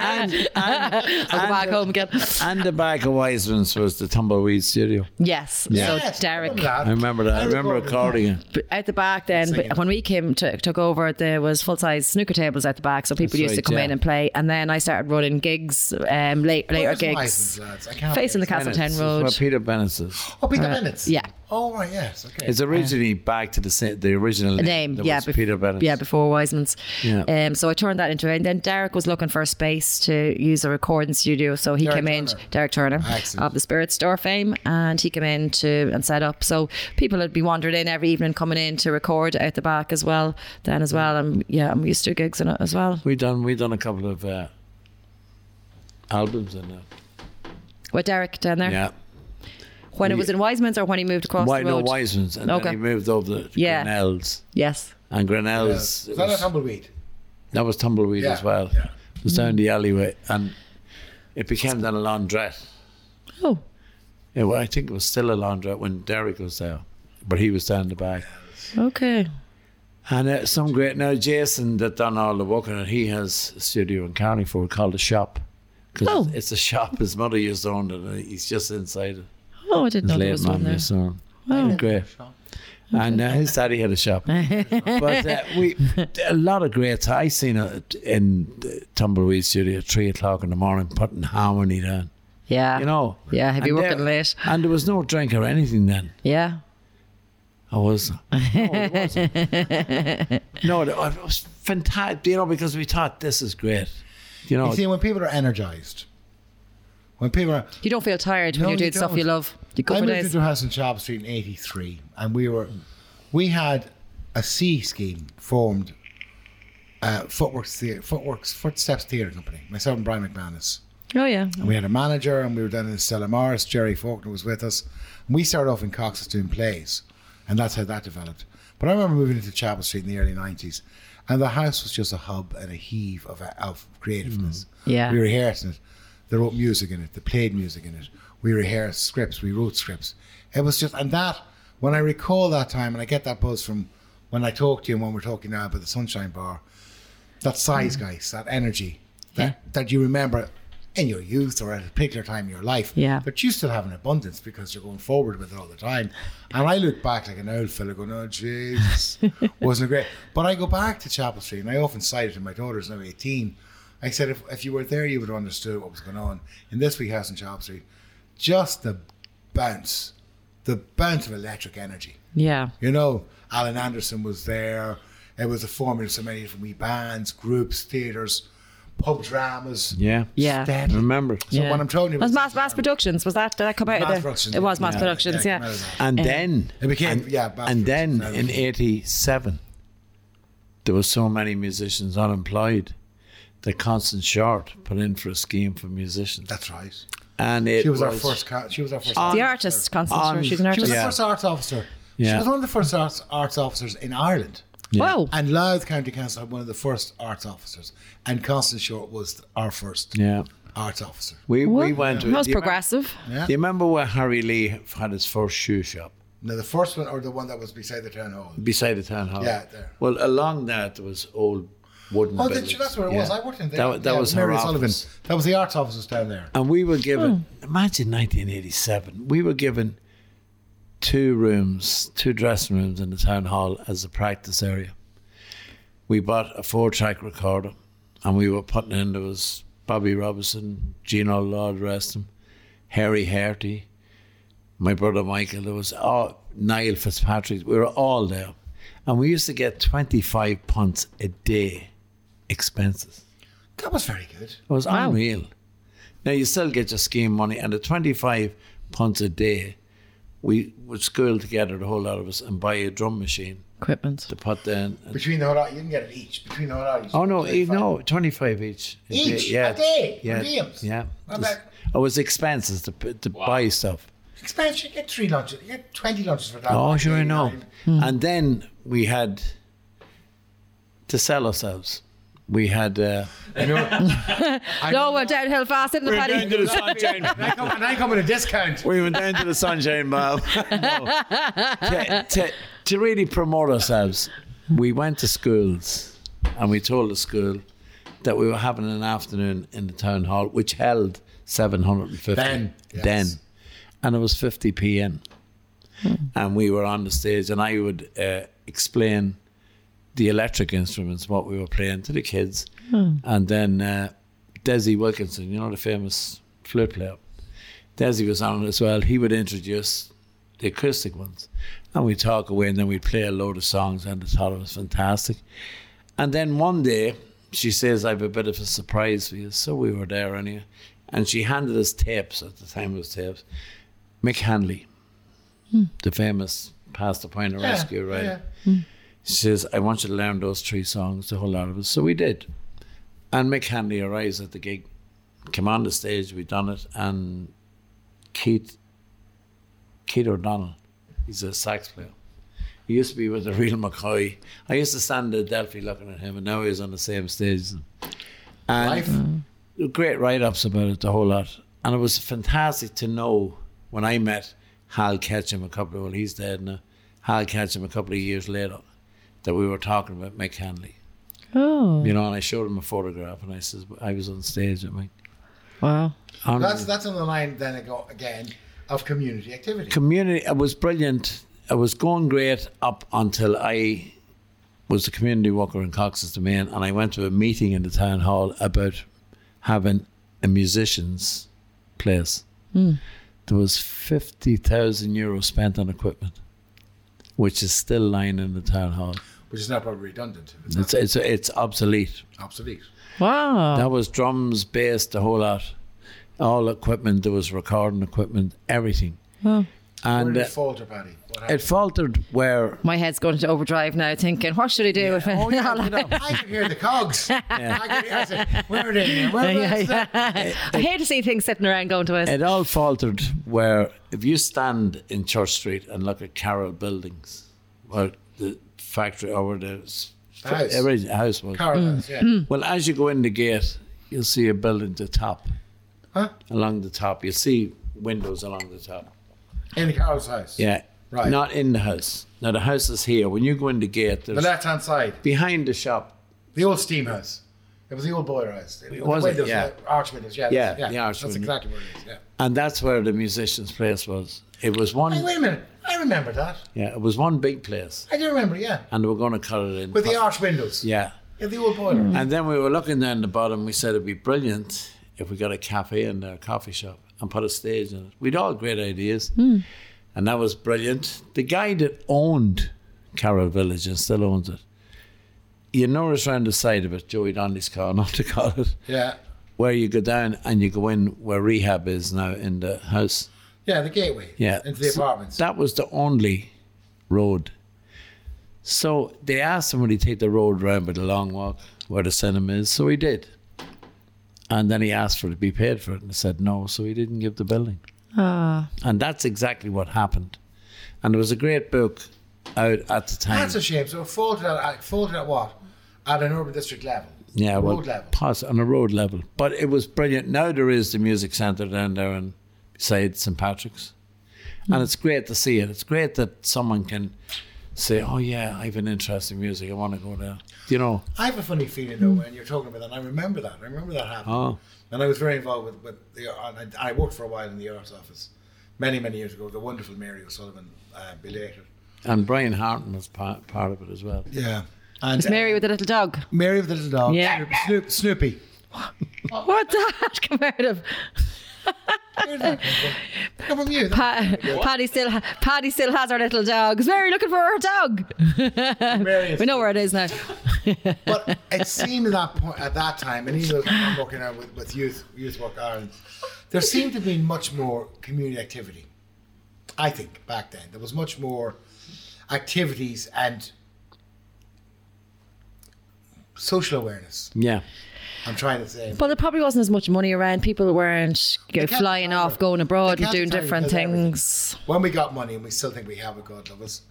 Speaker 2: I'll go back home again.
Speaker 1: and the back of Wiseman's was the Tumbleweed Studio.
Speaker 2: Yes.
Speaker 3: Yes,
Speaker 2: So Derek.
Speaker 3: remember that.
Speaker 1: I remember that. I remember recording it.
Speaker 2: b- out the back then
Speaker 3: Singing.
Speaker 2: but when we came to took over there was full size snooker tables out the back so people
Speaker 1: That's
Speaker 2: used to
Speaker 1: right,
Speaker 2: come
Speaker 1: yeah.
Speaker 2: in and play and then I started running gigs um late,
Speaker 3: What
Speaker 2: later
Speaker 3: was
Speaker 2: gigs
Speaker 3: Wiseman's, lads? I can't
Speaker 2: facing the
Speaker 3: think.
Speaker 2: Castletown
Speaker 1: Bennett's.
Speaker 2: Road
Speaker 1: It's where Peter Bennett's is.
Speaker 3: Oh, Peter
Speaker 2: uh,
Speaker 3: Bennett's.
Speaker 2: yeah.
Speaker 3: Oh, right, yes. Okay.
Speaker 1: It's originally back to the sa- the original
Speaker 2: name
Speaker 1: that
Speaker 2: yeah
Speaker 1: was
Speaker 2: bef-
Speaker 1: Peter Bennett's.
Speaker 2: yeah before Wiseman's
Speaker 1: Yeah.
Speaker 2: um so I turned that into it and then Derek was looking for a space to use a recording studio so he
Speaker 3: Derek
Speaker 2: came in
Speaker 3: Turner.
Speaker 2: Derek Turner
Speaker 1: Ah,
Speaker 3: Excellent.
Speaker 2: of the Spirit Store fame and he came in to and set up so people had be wandered in every evening coming in to record out the back as well then as well and yeah I'm used to gigs in it as well
Speaker 1: we done we done a couple of uh, albums in that.
Speaker 2: With Derek down there?
Speaker 1: Yeah.
Speaker 2: When it was in Wiseman's or when he moved across
Speaker 1: Why
Speaker 2: the
Speaker 1: no
Speaker 2: road?
Speaker 1: Wiseman's and
Speaker 2: Okay.
Speaker 1: then he moved over to
Speaker 2: Yeah.
Speaker 1: Grenells.
Speaker 2: yes.
Speaker 1: And
Speaker 3: Yeah.
Speaker 1: Grenells
Speaker 3: Uh, Is
Speaker 1: it
Speaker 3: that a
Speaker 1: was-
Speaker 3: tumbleweed?
Speaker 1: that was Tumbleweed
Speaker 3: Yeah,
Speaker 1: as well.
Speaker 3: yeah.
Speaker 1: It was down the alleyway and it became then a laundrette.
Speaker 2: Oh.
Speaker 1: Yeah, well, I think it was still a laundrette when Derek was there, but he was down the back.
Speaker 2: Okay.
Speaker 1: And uh, some great now Jason that done all the work on it. He has a studio in Carniford called the Shop. 'Cause
Speaker 2: Oh.
Speaker 1: it's a shop. His mother used to own it, and he's just inside it.
Speaker 2: Oh, I didn't
Speaker 1: His
Speaker 2: know there
Speaker 1: late
Speaker 2: was one
Speaker 1: mum
Speaker 2: there.
Speaker 1: used to own. Oh, great. And uh, his daddy had a shop. but uh, we a lot of great. ti- I seen it in the Tumbleweed Studio at three o'clock in the morning, putting harmony down.
Speaker 2: Yeah.
Speaker 1: You know.
Speaker 2: Yeah, he'd be
Speaker 1: And
Speaker 2: working
Speaker 1: there-
Speaker 2: late.
Speaker 1: And there was no drink or anything then.
Speaker 2: Yeah.
Speaker 1: I was. No, it wasn't. no, it it was fantastic. You know, because we thought this is great. You know,
Speaker 3: You see, when people are energized, when people are.
Speaker 2: You don't feel tired when
Speaker 3: No,
Speaker 2: you're
Speaker 3: you
Speaker 2: doing stuff you
Speaker 3: don't.
Speaker 2: love. You go
Speaker 3: I
Speaker 2: for
Speaker 3: moved
Speaker 2: days.
Speaker 3: into a house in Chop Street in '83, and we were, we had a C scheme formed, uh, Footworks Theatre, Footworks Footsteps Theatre Company. Myself and Brian McManus,
Speaker 2: Oh, yeah.
Speaker 3: and we had a manager, and we were down in Stella Maris. Jerry Faulkner was with us. And we started off in Cox's doing plays, and that's how that developed. But I remember moving into Chapel Street in the early '90s, and the house was just a hub and a heave of, of creativeness.
Speaker 2: Yeah.
Speaker 3: We rehearsed it. They wrote music in it. They played music in it. We rehearsed scripts. We wrote scripts. It was just, and that, when I recall that time, and I get that buzz from when I talk to you and when we're talking now about the Sunshine Bar, that size, guys, that energy that, that you remember in your youth or at a particular time in your life.
Speaker 2: Yeah.
Speaker 3: But you still have an abundance because you're going forward with it all the time. And I look back like an old fella going, oh, Jesus, wasn't it great? But I go back to Chapel Street and I often cite it to my daughter's now 18. I said, if, if you were there, you would have understood what was going on in this wee house in Chapel Street. Just the bounce, the bounce of electric energy.
Speaker 2: Yeah.
Speaker 3: You know, Alan Anderson was there. It was a formula of so many different wee bands, groups, theatres, pub dramas.
Speaker 1: yeah,
Speaker 2: Yeah. Mm-hmm.
Speaker 1: I remember.
Speaker 3: So
Speaker 2: Yeah.
Speaker 3: when I'm telling you,
Speaker 2: It was
Speaker 3: about
Speaker 2: Mass, mass Productions. Was that, did that come out
Speaker 3: Mass
Speaker 2: of the-
Speaker 3: Productions,
Speaker 2: It was
Speaker 3: yeah.
Speaker 2: Mass
Speaker 3: Yeah,
Speaker 2: Productions,
Speaker 3: yeah,
Speaker 2: yeah.
Speaker 1: And then
Speaker 3: It became-
Speaker 1: and,
Speaker 3: yeah, Bath
Speaker 1: and then
Speaker 3: Productions.
Speaker 1: in '87, there was so many musicians unemployed. The constant short put in for a scheme for musicians,
Speaker 3: that's right.
Speaker 1: and it
Speaker 3: She was, our first. Ca- she was our first.
Speaker 2: The artist,
Speaker 1: on-
Speaker 2: Constance. She's an
Speaker 3: she was
Speaker 2: artist.
Speaker 1: Um, Yeah.
Speaker 3: the first arts officer. She
Speaker 1: Yeah.
Speaker 3: was one of the first arts, arts officers in Ireland.
Speaker 2: Wow.
Speaker 3: And Louth County Council had one of the first arts officers. And Constance Short was our first
Speaker 1: Yeah,
Speaker 3: arts officer.
Speaker 1: we
Speaker 2: Well,
Speaker 1: we went. to-
Speaker 2: Most
Speaker 1: do you remember-
Speaker 2: progressive.
Speaker 3: Yeah.
Speaker 1: Do you remember where Harry Lee had his first shoe shop?
Speaker 3: Now, the first one or the one that was beside the town hall?
Speaker 1: beside the town hall.
Speaker 3: Yeah, there.
Speaker 1: Well, along that was old wooden.
Speaker 3: Oh,
Speaker 1: buildings.
Speaker 3: that, that's where it was.
Speaker 1: Yeah.
Speaker 3: I worked in there.
Speaker 1: That, wa- that
Speaker 3: Yeah,
Speaker 1: was
Speaker 3: Mary
Speaker 1: her
Speaker 3: Sullivan.
Speaker 1: office.
Speaker 3: That was the arts officers down there.
Speaker 1: And we were given. Imagine 1987. We were given two rooms, two dressing rooms in the town hall as a practice area. We bought a four-track recorder, and we were putting in there was Bobby Robinson, Gino Lord, rest him, Harry Herty, my brother Michael, there was all, Niall Fitzpatrick, we were all there. And we used to get 25 punts a day expenses.
Speaker 3: That was very good.
Speaker 1: It was unreal. Now, you still get your scheme money, and the 25 punts a day, we would school together, the whole lot of us, and buy a drum machine
Speaker 2: Equipment.
Speaker 1: to put down. And-
Speaker 3: Between the whole lot, you didn't get it each. Between the whole lot, you
Speaker 1: Oh no!
Speaker 3: you
Speaker 1: eh, No, twenty-five each. A
Speaker 3: Each?
Speaker 1: day,
Speaker 3: A
Speaker 1: yeah,
Speaker 3: day?
Speaker 1: yeah,
Speaker 3: Reams?
Speaker 1: yeah. Just-
Speaker 3: Not bad.
Speaker 1: It was expenses to p- to buy stuff.
Speaker 3: Expense, you get three lunches. You get 20 lunches for that.
Speaker 1: Oh, sure, I know.
Speaker 3: $89.
Speaker 1: And then we had to sell ourselves. we had. Uh,
Speaker 3: You know,
Speaker 2: No, we're Oh, downhill fast, isn't it, Paddy?
Speaker 1: the sunshine.
Speaker 3: and, I come, and I come at a discount.
Speaker 1: we went down to the sunshine mile. No. to, to, to really promote ourselves, we went to schools and we told the school that we were having an afternoon in the town hall, which held 750.
Speaker 3: Then, yes.
Speaker 1: Then. And it was 50 p.m. And we were on the stage, and I would uh, explain the electric instruments, what we were playing to the kids. And then uh, Desi Wilkinson, you know, the famous flute player, Desi was on it as well. He would introduce the acoustic ones. And we'd talk away, and then we'd play a load of songs, and I thought it was fantastic. And then one day, she says, I've a bit of a surprise for you. So we were there anyway. And she handed us tapes, at the time it was tapes, Mick Hanley, the famous Past the Point of Rescue, right?
Speaker 3: Hmm. yeah.
Speaker 1: She says, I want you to learn those three songs, the whole lot of us. So we did. And Mick Hanley arrives at the gig, came on the stage, we done it, and Keith Keith O'Donnell, he's a sax player. He used to be with the real McCoy. I used to stand at Delphi looking at him, and now he's on the same stage. And
Speaker 3: Life.
Speaker 1: great write-ups about it, the whole lot. And it was fantastic to know when I met Hal Ketchum a couple of, well, he's dead now, Hal Ketchum a couple of years later, that we were talking about Mick Hanley.
Speaker 2: Oh,
Speaker 1: You know, and I showed him a photograph and I says, I was on stage with Mick.
Speaker 2: wow.
Speaker 1: And
Speaker 3: That's that's on the line then ago, again of community activity.
Speaker 1: community, it was brilliant. It was going great up until I was the community worker in Cox's Domain and I went to a meeting in the town hall about having a musician's place. There was 50,000 euros spent on equipment, which is still lying in the town hall.
Speaker 3: which is now probably redundant. if It's,
Speaker 1: It's,
Speaker 3: not
Speaker 1: it's, it's obsolete.
Speaker 3: obsolete.
Speaker 2: Wow.
Speaker 1: That was drums, bass, the whole lot. All equipment, there was recording equipment, everything.
Speaker 2: Wow.
Speaker 3: Where
Speaker 1: And
Speaker 3: did
Speaker 1: uh,
Speaker 3: it falter, Paddy? What happened?
Speaker 1: it faltered where
Speaker 2: My head's going into overdrive now, thinking, what should I do? with
Speaker 3: Oh, yeah, you know, I can hear the cogs. I can hear, I said, where are they? Where
Speaker 2: Yeah,
Speaker 3: are they?
Speaker 2: yeah. I hate to see things sitting around going to us.
Speaker 1: It all faltered where if you stand in Church Street and look at Carroll buildings, or the factory or where the s-
Speaker 3: House.
Speaker 1: every house was.
Speaker 3: Caravans, yeah.
Speaker 1: Well, as you go in the gate, you'll see a building at the top.
Speaker 3: Huh?
Speaker 1: Along the top, you'll see windows along the top.
Speaker 3: In the Carol's house.
Speaker 1: Yeah.
Speaker 3: Right.
Speaker 1: Not in the house. Now the house is here. When you go in the gate,
Speaker 3: The
Speaker 1: there's
Speaker 3: left hand side.
Speaker 1: behind the shop.
Speaker 3: The old steam house. It was the old boiler house. It
Speaker 1: was it?
Speaker 3: windows,
Speaker 1: Yeah.
Speaker 3: the arch windows, yeah.
Speaker 1: Yeah,
Speaker 3: that's- yeah.
Speaker 1: the arch
Speaker 3: That's
Speaker 1: window.
Speaker 3: exactly where it is, yeah.
Speaker 1: And that's where the musician's place was. It was one
Speaker 3: Hey, wait a minute. I remember that.
Speaker 1: yeah, it was one big place.
Speaker 3: I do remember, yeah.
Speaker 1: And they were gonna cut it in.
Speaker 3: With the
Speaker 1: but-
Speaker 3: arch windows.
Speaker 1: yeah. Mm.
Speaker 3: Yeah, the old boiler.
Speaker 1: And then we were looking down the bottom. We said it'd be brilliant if we got a cafe and a coffee shop and put a stage in it. We'd all great ideas, and that was brilliant. The guy that owned Carroll Village and still owns it, you notice round the side of it, Joey Donnelly's car, not to call it,
Speaker 3: Yeah.
Speaker 1: where you go down and you go in where rehab is now in the house.
Speaker 3: Yeah, the gateway.
Speaker 1: Yeah.
Speaker 3: Into the
Speaker 1: So
Speaker 3: apartments.
Speaker 1: That was the only road. So they asked him would he take the road round by the long walk where the cinema is. So he did. And then he asked for it to be paid for it and they said no, so he didn't give the building. And that's exactly what happened. And there was a great book out at the time.
Speaker 3: That's a shame. So it faltered at, faltered at what? At an urban district level.
Speaker 1: yeah, well,
Speaker 3: road level.
Speaker 1: pos- on a road level. But it was brilliant. Now there is the music centre down there in beside St Patrick's, and it's great to see it. It's great that someone can say, "Oh yeah, I have an interest in music. I want to go there." You know?
Speaker 3: I have a funny feeling though when you're talking about that. And I remember that. I remember that happening.
Speaker 1: Oh,
Speaker 3: And I was very involved with, with the, uh, and I, I worked for a while in the arts office many, many years ago. The wonderful Mary O'Sullivan, uh, belated.
Speaker 1: and Brian Harton was part, part of it as well.
Speaker 3: Yeah. And
Speaker 2: It's Mary with the little dog.
Speaker 3: Mary of the Little Dog.
Speaker 2: Yeah.
Speaker 3: Snoop, Snoopy.
Speaker 2: What the heck comparative?
Speaker 3: Where did that come from? Come from you. That-
Speaker 2: Pa- Paddy still, ha- Paddy still has her little dog. Is Mary looking for her dog?
Speaker 3: Mary is-
Speaker 2: we know where it is now.
Speaker 3: But it seemed at that point, at that time, and even though I'm working out with, with youth, youth work Ireland, there seemed to be much more community activity. I think back then there was much more activities and social awareness.
Speaker 1: Yeah,
Speaker 3: I'm trying to say.
Speaker 2: But there probably wasn't as much money around. People weren't you know,
Speaker 3: can't
Speaker 2: flying
Speaker 3: tell
Speaker 2: off,
Speaker 3: you.
Speaker 2: going abroad, and
Speaker 3: They can't
Speaker 2: doing
Speaker 3: tell you
Speaker 2: different
Speaker 3: because everything.
Speaker 2: things.
Speaker 3: when we got money and we still think we have a God love us,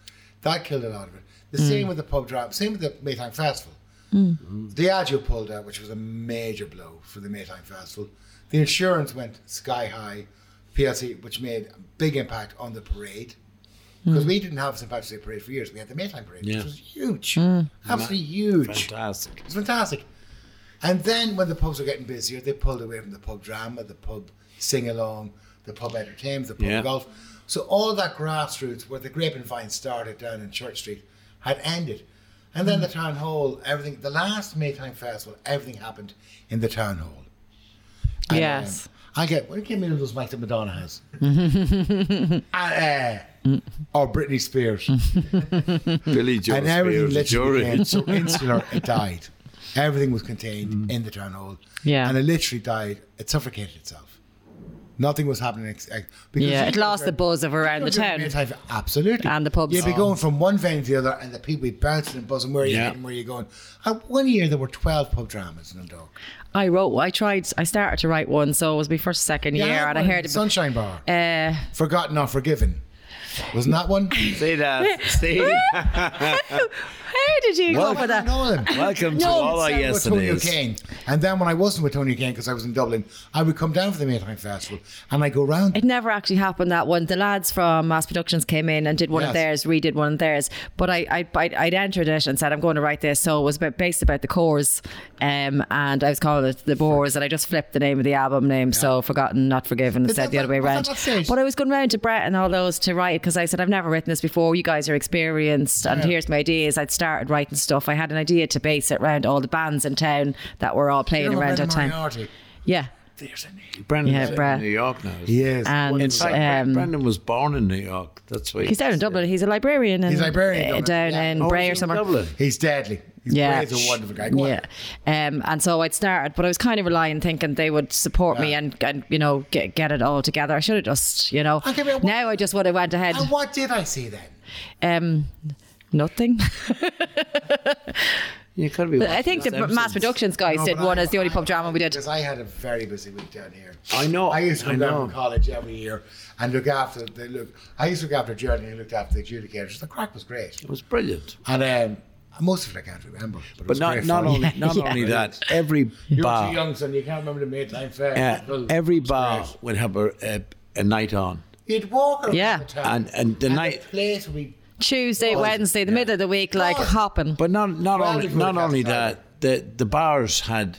Speaker 3: that killed a lot of it. The same with the pub drive, same with the Maytime Festival. Diageo pulled out, which was a major blow for the Maytime Festival. The insurance went sky high, PLC, which made a big impact on the parade. Because we didn't have St. Patrick's Day parade for years. We had the Maytime parade,
Speaker 1: Yeah.
Speaker 3: which was huge. Absolutely huge.
Speaker 1: Fantastic.
Speaker 3: It's fantastic. And then when the pubs were getting busier, they pulled away from the pub drama, the pub sing along, the pub entertainment, the pub
Speaker 1: Yeah.
Speaker 3: golf. So all that grassroots where the grape and vine started down in Church Street had ended. And then the town hall, everything, the last Maytime Festival, everything happened in the town hall. And,
Speaker 2: Yes.
Speaker 3: um, I get, what came in with those mics that Madonna has? and, uh, or Britney Spears.
Speaker 1: Billy Joe
Speaker 3: and everything
Speaker 1: Spears,
Speaker 3: literally
Speaker 1: Joe
Speaker 3: became so insular it died. Everything was contained in the town hall.
Speaker 2: Yeah.
Speaker 3: And it literally died. It suffocated itself. Nothing was happening. Ex- ex- because
Speaker 2: Yeah,
Speaker 3: you
Speaker 2: it
Speaker 3: go
Speaker 2: lost
Speaker 3: to-
Speaker 2: the buzz of around the
Speaker 3: you go to
Speaker 2: town.
Speaker 3: main town, Absolutely.
Speaker 2: And the pubs.
Speaker 3: You'd be going from one venue to the other and the people would be bouncing and buzzing. Where are you
Speaker 1: Yeah.
Speaker 3: hitting? Where are you going? Uh, one year there were 12 pub dramas in Dundalk.
Speaker 2: I wrote, I tried, I started to write one, so it was my first second
Speaker 3: Yeah,
Speaker 2: year, and I
Speaker 3: one.
Speaker 2: heard about.
Speaker 3: Sunshine Bar.
Speaker 2: Uh,
Speaker 3: Forgotten or Forgiven. Wasn't that one?
Speaker 1: See that? See?
Speaker 2: how did you
Speaker 1: Well,
Speaker 2: go for
Speaker 3: I
Speaker 2: that?
Speaker 3: don't know them.
Speaker 1: Welcome to
Speaker 2: No,
Speaker 1: all our
Speaker 3: Sat with Tony
Speaker 1: yesterdays.
Speaker 3: O'Kane. And then when I wasn't with Tony Kane because I was in Dublin, I would come down for the Maytime Festival and I go round.
Speaker 2: It never actually happened that one. The lads from Mass Productions came in and did one of
Speaker 3: Yes.
Speaker 2: theirs, redid one of theirs. But I, I, I'd, I'd entered it and said, I'm going to write this. So it was about, based about the cores. Um, and I was calling it The Boars. And I just flipped the name of the album name. So Forgotten, Not Forgiven,
Speaker 3: Is
Speaker 2: instead
Speaker 3: that
Speaker 2: the other
Speaker 3: that-
Speaker 2: way
Speaker 3: was that
Speaker 2: around.
Speaker 3: that stage?
Speaker 2: But I was going round to Brett and all those to write because I said, I've never written this before. You guys are experienced. And here's my ideas. I'd started writing stuff. I had an idea to base it around all the bands in town that were all playing
Speaker 3: You know,
Speaker 2: around
Speaker 3: Ben
Speaker 2: that time.
Speaker 3: Moriarty.
Speaker 2: Yeah.
Speaker 3: There's a name.
Speaker 1: Brendan's
Speaker 2: Yeah, Brad.
Speaker 1: in New York now.
Speaker 3: He is.
Speaker 2: And
Speaker 1: In fact,
Speaker 2: um,
Speaker 1: Brendan was born in New York. That's why
Speaker 2: He's down in Dublin. He's a librarian. In,
Speaker 3: He's a librarian in
Speaker 2: uh,
Speaker 3: Dublin.
Speaker 2: down
Speaker 3: Yeah.
Speaker 2: in
Speaker 1: Oh,
Speaker 2: Bray
Speaker 1: he's
Speaker 2: or
Speaker 1: in
Speaker 2: somewhere.
Speaker 1: Dublin.
Speaker 3: He's deadly. He's
Speaker 2: Yeah,
Speaker 3: He's a wonderful guy. Go on.
Speaker 2: yeah. Um, and so I'd started, but I was kind of relying, thinking they would support me
Speaker 3: Yeah.
Speaker 2: and, and you know get get it all together. I should have just you know.
Speaker 3: Okay, but what-
Speaker 2: now I just would have went ahead.
Speaker 3: And what did I see then?
Speaker 2: Um, nothing.
Speaker 1: You could be.
Speaker 2: I think the mass productions guys
Speaker 3: No,
Speaker 2: did
Speaker 3: but
Speaker 2: one
Speaker 3: I-
Speaker 2: as the only pub drama we did.
Speaker 3: Because I had a very busy week down here.
Speaker 1: I know,
Speaker 3: I used to
Speaker 1: I
Speaker 3: come down
Speaker 1: know.
Speaker 3: from college every year and look after the look. I used to look after Jordan and he looked after the adjudicators. The crack was great.
Speaker 1: It was brilliant.
Speaker 3: And um, most of it I can't remember. But, it
Speaker 1: But
Speaker 3: was
Speaker 1: not
Speaker 3: great
Speaker 1: not
Speaker 3: fun.
Speaker 1: only not
Speaker 2: Yeah.
Speaker 1: only that. Every
Speaker 3: You're
Speaker 1: bar,
Speaker 3: too young, son. You can't remember the Maytime Fair.
Speaker 1: uh,
Speaker 3: Well,
Speaker 1: every
Speaker 3: it's
Speaker 1: bar
Speaker 3: great.
Speaker 1: would have a, a, a night on,
Speaker 3: You'd walk around
Speaker 2: Yeah.
Speaker 3: the town.
Speaker 1: and and the night.
Speaker 3: the place would be
Speaker 2: Tuesday,
Speaker 3: Oh,
Speaker 2: Wednesday, the
Speaker 3: yeah.
Speaker 2: middle of the week, like
Speaker 3: Oh.
Speaker 2: hopping.
Speaker 1: But not not
Speaker 3: Well,
Speaker 1: only
Speaker 3: before
Speaker 1: not
Speaker 3: the
Speaker 1: only
Speaker 3: cast
Speaker 1: that,
Speaker 3: started.
Speaker 1: the the bars had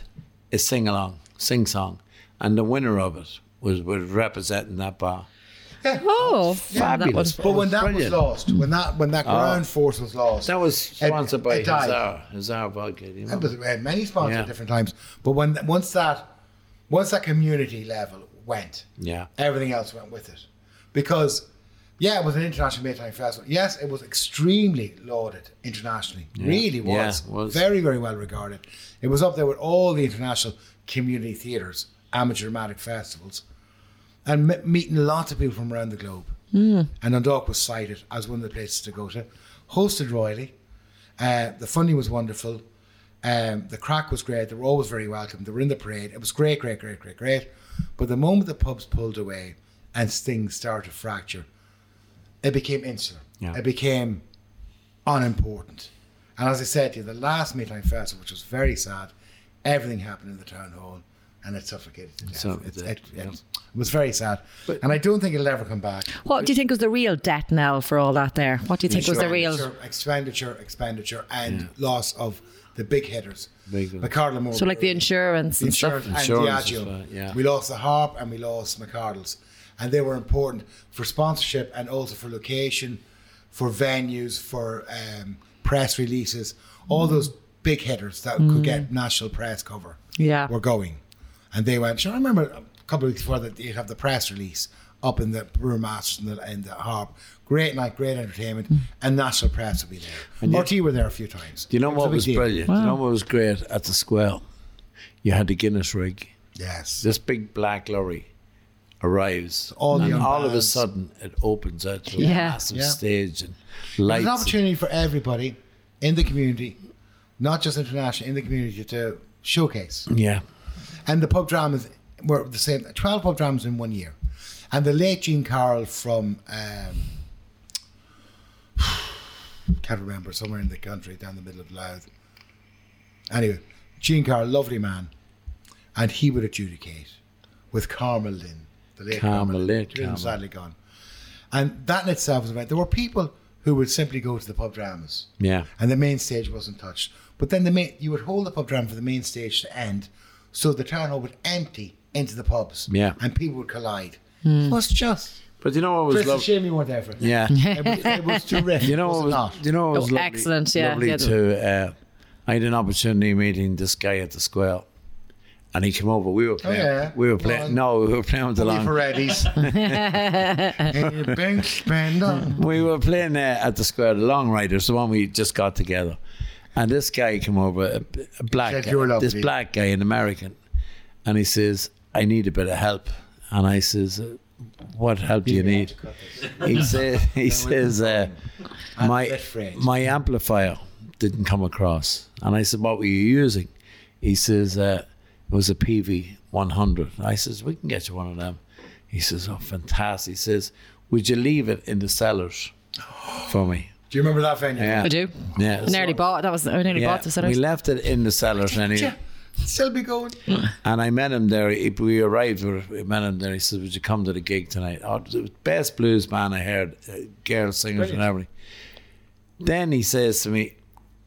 Speaker 1: a sing along, sing song, and the winner of it was was representing that bar.
Speaker 2: Oh,
Speaker 1: Fabulous.
Speaker 2: That
Speaker 3: But when
Speaker 1: was
Speaker 3: that was
Speaker 1: brilliant.
Speaker 3: lost, when that when that ground force was lost,
Speaker 1: Oh. That was sponsored by
Speaker 3: it died.
Speaker 1: Hazar Hazar Vodka. You know?
Speaker 3: It was it had many sponsors
Speaker 1: Yeah.
Speaker 3: at different times. But when once that once that community level went,
Speaker 1: Yeah.
Speaker 3: everything else went with it, because yeah, it was an international maritime festival. Yes, it was extremely lauded internationally. Really
Speaker 1: Yeah,
Speaker 3: was.
Speaker 1: it was.
Speaker 3: very very well regarded. It was up there with all the international community theatres, amateur dramatic festivals, and me- meeting lots of people from around the globe.
Speaker 1: Hmm.
Speaker 3: And Dundalk was cited as one of the places to go to. Hosted royally. Uh, the funding was wonderful. Um, the crack was great. They were always very welcome. They were in the parade. It was great, great, great, great, great. But the moment the pubs pulled away and things started to fracture, it became insular.
Speaker 1: Yeah.
Speaker 3: It became unimportant. And as I said to you, the last Meatline Festival, which was very sad, everything happened in the town hall and it suffocated. to death.
Speaker 1: So-
Speaker 3: It-
Speaker 1: that-
Speaker 3: it-
Speaker 1: yeah.
Speaker 3: it was very sad. and I don't think it'll ever come back.
Speaker 2: What do you think was the real death knell for all that? There, what do you think was the real?
Speaker 3: Expenditure, expenditure, expenditure, and loss of the big hitters.
Speaker 1: Big ones.
Speaker 3: McCardle Moore.
Speaker 2: So like the insurance
Speaker 3: the
Speaker 2: and stuff.
Speaker 3: insurance and
Speaker 1: Insurance
Speaker 3: Diageo.
Speaker 1: as well, yeah.
Speaker 3: We lost the harp and we lost McCardle's. And they were important for sponsorship and also for location, for venues, for um, press releases. All those big hitters that could
Speaker 1: Mm.
Speaker 3: get national press cover
Speaker 2: Yeah.
Speaker 3: were going. And they went, sure, I remember a couple of weeks before that you'd have the press release up in the Brewmasters and the, and the harp. Great night, great entertainment, and national press would be there. RT were there a few times.
Speaker 1: Mm. Do you know
Speaker 3: It a
Speaker 1: what
Speaker 3: big
Speaker 1: was
Speaker 3: deal.
Speaker 1: brilliant? Do you know what was great at the square? You had the Guinness rig.
Speaker 3: Yes.
Speaker 1: This big black lorry arrives,
Speaker 3: All the
Speaker 1: and
Speaker 3: young
Speaker 1: all of a
Speaker 3: bands.
Speaker 1: sudden it opens out to a
Speaker 2: Yeah.
Speaker 1: massive
Speaker 3: Yeah.
Speaker 1: stage and
Speaker 3: There's
Speaker 1: lights.
Speaker 3: an opportunity for everybody in the community, not just international, in the community to showcase.
Speaker 1: yeah,
Speaker 3: And the pub dramas were the same. Twelve pub dramas in one year, and the late Gene Carroll from um, can't remember somewhere in the country down the middle of Louth. Anyway, Gene Carr, lovely man, and he would adjudicate with Carmel Lynn, the late Carmel,
Speaker 1: Carmel Lynn,
Speaker 3: Lynn,
Speaker 1: Carmel.
Speaker 3: sadly gone. And that in itself was about. There were people who would simply go to the pub dramas
Speaker 1: Yeah.
Speaker 3: and the main stage wasn't touched. But then the main, you would hold the pub drama for the main stage to end, so the town hall would empty into the pubs,
Speaker 1: Yeah.
Speaker 3: and people would collide. It was just
Speaker 1: But you know what was
Speaker 3: it's a
Speaker 1: lovely?
Speaker 3: shame you weren't there for it.
Speaker 1: Yeah.
Speaker 3: it was, it was terrific.
Speaker 1: You know
Speaker 3: was
Speaker 1: what
Speaker 3: it
Speaker 1: was,
Speaker 3: not?
Speaker 1: you know what
Speaker 2: Oh,
Speaker 1: was lovely,
Speaker 2: excellent, yeah,
Speaker 1: lovely
Speaker 2: yeah.
Speaker 1: to uh, I had an opportunity meeting this guy at the square and he came over. We were playing
Speaker 3: Oh, yeah.
Speaker 1: we were playing no, we were playing with the
Speaker 3: Only
Speaker 1: long
Speaker 3: for Reddies. Hey, bench bender.
Speaker 1: we were playing uh, at the square, the Long Riders, the one we just got together. And this guy came over, a, a black
Speaker 3: Said,
Speaker 1: guy,
Speaker 3: "You're lovely."
Speaker 1: this black guy, an American, and he says, "I need a bit of help." And I says, uh, "What help do you need?" He says, "He says uh, my
Speaker 3: that phrase.
Speaker 1: my amplifier didn't come across." And I said, "What were you using?" He says, uh, "It was a PV 100." I says, "We can get you one of them." He says, "Oh, fantastic!" He says, "Would you leave it in the cellars for me?"
Speaker 3: Do you remember that venue?
Speaker 1: Yeah.
Speaker 2: I do.
Speaker 1: Yeah.
Speaker 2: I nearly bought that was I nearly
Speaker 1: Yeah,
Speaker 2: bought the
Speaker 1: we
Speaker 2: setters.
Speaker 1: left it in the cellars, and, he,
Speaker 3: Yeah. Still be going.
Speaker 1: and I met him there. He- We arrived, we met him there. He said, "Would you come to the gig tonight?" Oh, the best blues man I heard, uh, girl singers and everything. Then he says to me,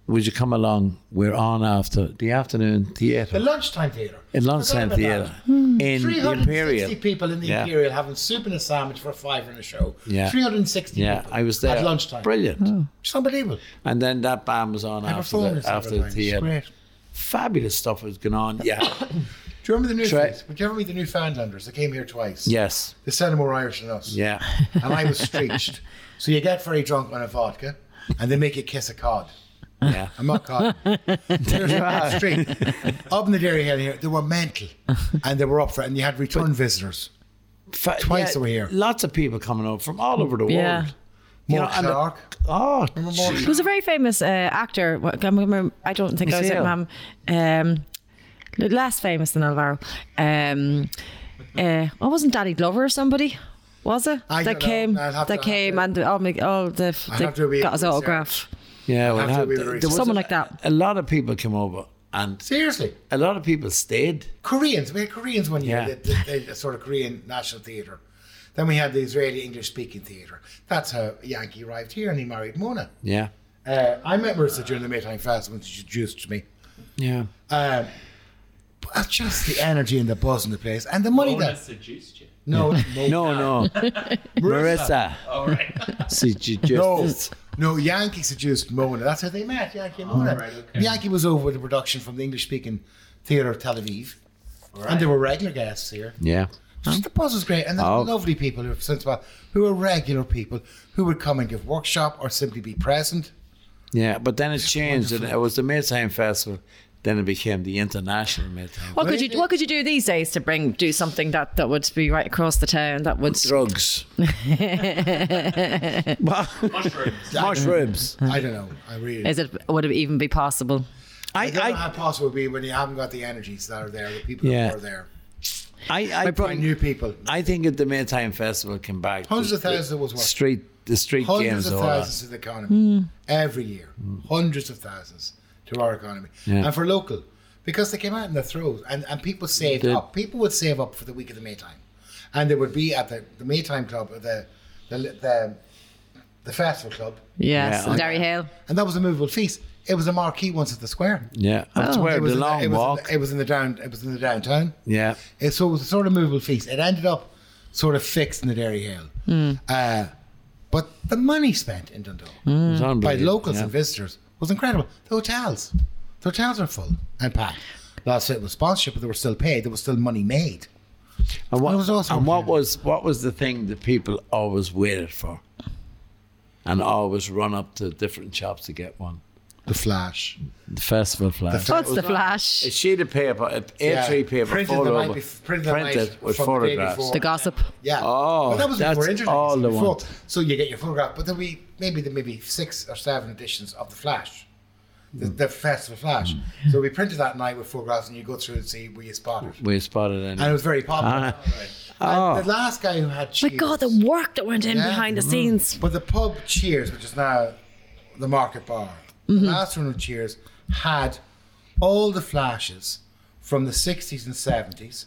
Speaker 1: "Would you come along? We're on after the afternoon
Speaker 3: The
Speaker 1: theatre
Speaker 3: lunchtime theatre.
Speaker 1: in lunchtime
Speaker 3: Forgot about
Speaker 1: theatre
Speaker 3: that. Hmm.
Speaker 1: in the
Speaker 3: 360
Speaker 1: Imperial."
Speaker 3: people in the
Speaker 1: Yeah.
Speaker 3: Imperial having soup and a sandwich for a five in a show.
Speaker 1: Yeah.
Speaker 3: 360
Speaker 1: Yeah,
Speaker 3: people
Speaker 1: I was there
Speaker 3: at lunchtime.
Speaker 1: Brilliant.
Speaker 3: It's unbelievable.
Speaker 1: And then that band was on
Speaker 3: I
Speaker 1: after
Speaker 3: performed in
Speaker 1: the, after the uh,
Speaker 3: Silverline. It's
Speaker 1: theatre.
Speaker 3: great.
Speaker 1: Fabulous stuff was going on. Yeah.
Speaker 3: Do you remember the
Speaker 1: Try-
Speaker 3: Newfoundlanders? Would you ever meet the Newfoundlanders? They came here twice.
Speaker 1: yes.
Speaker 3: They sounded more Irish than us.
Speaker 1: Yeah.
Speaker 3: And I was streached. so you get very drunk on a vodka and they make you kiss a cod.
Speaker 1: Yeah.
Speaker 3: I'm not cod. There's a street. Up in the Dairy Hill here, they were mental. And they were up for it. And you had return visitors.
Speaker 1: Fa-
Speaker 3: Twice they were here.
Speaker 1: Lots of people coming over from all over the world.
Speaker 2: Yeah.
Speaker 1: You
Speaker 3: More
Speaker 1: know, and the-
Speaker 3: Clark.
Speaker 1: oh,
Speaker 3: Remember Mark
Speaker 1: gee.
Speaker 2: There was a very famous uh, actor. what- I remember- I don't think I was at
Speaker 1: Michelle.
Speaker 2: Mam. Um, l- less famous than Alvaro. Um, uh, oh, wasn't Danny Glover or somebody? Was it
Speaker 3: I
Speaker 2: that
Speaker 3: don't know.
Speaker 2: came?
Speaker 3: I'll have
Speaker 2: That
Speaker 3: to-
Speaker 2: came
Speaker 3: I'll
Speaker 2: and all, make, all the f-
Speaker 3: I'll
Speaker 2: they
Speaker 3: have to be-
Speaker 2: got his autograph.
Speaker 1: yeah. Well,
Speaker 3: After
Speaker 1: had-
Speaker 3: we were
Speaker 1: there
Speaker 3: racist.
Speaker 1: was
Speaker 2: Someone
Speaker 1: a,
Speaker 2: like that.
Speaker 1: A lot of people came over, and
Speaker 3: Seriously.
Speaker 1: a lot of people stayed.
Speaker 3: Koreans. We had Koreans one year,
Speaker 1: Yeah.
Speaker 3: the, the, the sort of Korean National Theatre. Then we had the Israeli English Speaking Theatre. That's how Yankee arrived here and he married Mona.
Speaker 1: Yeah.
Speaker 3: Uh, I met Marissa during the Maytime Festival when she introduced me.
Speaker 1: Yeah.
Speaker 3: Um, but just the energy and the buzz in the place and the money that.
Speaker 4: seduced you.
Speaker 3: No,
Speaker 1: No, no. Marissa.
Speaker 4: All right.
Speaker 1: See, she just,
Speaker 3: Oh. No, no, Yankee seduced Mona. That's how they met, Yankee and Mona.
Speaker 4: right, okay.
Speaker 3: Yankee was over with a production from the English speaking theatre of Tel Aviv. And there were regular guests here.
Speaker 1: Yeah.
Speaker 3: Just the buzz was great. And the
Speaker 1: Oh.
Speaker 3: lovely people who have since well, who are regular people who would come and give workshop or simply be present.
Speaker 1: Yeah. But then it changed. And it was the Maytime Festival. Then it became the International Maytime.
Speaker 2: What could
Speaker 3: Really?
Speaker 2: you What could you do these days to bring do something that, that would be right across the town? That would
Speaker 1: Drugs.
Speaker 4: Mushrooms.
Speaker 1: Mushrooms.
Speaker 3: I don't know. I really
Speaker 2: is it would it even be possible?
Speaker 1: I,
Speaker 3: I don't know
Speaker 1: I,
Speaker 3: how possible it would be when you haven't got the energies that are there, the people
Speaker 1: Yeah.
Speaker 3: that are there.
Speaker 1: I, I,
Speaker 3: Brought
Speaker 1: think,
Speaker 3: new people.
Speaker 1: I think if the Maytime Festival came back,
Speaker 3: Hundreds
Speaker 1: the-
Speaker 3: of thousands it was worth.
Speaker 1: Street, the street
Speaker 3: Hundreds
Speaker 1: games,
Speaker 3: of
Speaker 1: and all that.
Speaker 3: thousands to the economy every year. Hundreds of thousands to our economy.
Speaker 1: Yeah.
Speaker 3: And for local, because they came out in the throes and, and people saved
Speaker 1: They-
Speaker 3: up. People would save up for the week of the Maytime. And they would be at the, the Maytime Club, or the, the, the, the festival club.
Speaker 2: Yes,
Speaker 1: Yeah,
Speaker 2: and
Speaker 1: I-
Speaker 2: Derry Hill.
Speaker 3: And that was a movable feast. It was a marquee once at the square.
Speaker 1: Yeah, that's
Speaker 2: Oh.
Speaker 1: where
Speaker 3: It was
Speaker 1: the
Speaker 3: in
Speaker 1: long
Speaker 3: it was in
Speaker 1: walk.
Speaker 3: it was in the down. It was in the downtown.
Speaker 1: yeah,
Speaker 3: It, so it was a sort of movable feast. It ended up sort of fixed in the Dairy Hill.
Speaker 1: Hmm.
Speaker 3: Uh, but the money spent in Dundalk
Speaker 1: It was
Speaker 3: by
Speaker 1: unbelievable,
Speaker 3: locals
Speaker 1: Hmm. yeah.
Speaker 3: and visitors was incredible. The hotels, the hotels are full and packed. Last night was sponsorship, but they were still paid. There was still money made.
Speaker 1: And what,
Speaker 3: It was also
Speaker 1: and what
Speaker 3: unbelievable.
Speaker 1: was what was the thing that people always waited for, and always run up to different shops to get one?
Speaker 3: The Flash,
Speaker 1: The festival flag.
Speaker 3: Fla-
Speaker 2: What's the flash?
Speaker 1: a sheet of paper, a A3 paper,
Speaker 3: printed the
Speaker 1: folded
Speaker 3: night
Speaker 1: over,
Speaker 3: bef- printed the night
Speaker 1: with
Speaker 3: from the day
Speaker 1: photographs.
Speaker 3: before.
Speaker 2: The gossip.
Speaker 3: yeah.
Speaker 1: Oh,
Speaker 3: But that was
Speaker 1: that's
Speaker 3: before internet.
Speaker 1: all
Speaker 3: It's
Speaker 1: they
Speaker 3: before.
Speaker 1: want.
Speaker 3: So you get your photograph, but then we maybe there may be six or seven editions of the Flash, the,
Speaker 1: Hmm.
Speaker 3: the Festival Flash. So we printed that night with photographs, and you go through and see where you spotted.
Speaker 1: We spotted any.
Speaker 3: And it was very popular.
Speaker 1: Oh.
Speaker 3: And the last guy who had
Speaker 2: My
Speaker 3: cheers,
Speaker 2: God, the work that went in
Speaker 3: Yeah.
Speaker 2: behind
Speaker 1: Mm.
Speaker 2: the scenes.
Speaker 3: But the pub
Speaker 2: Mm-hmm.
Speaker 3: Cheers, which is now the Market Bar, the last one of Cheers had all the flashes from the 60s and 70s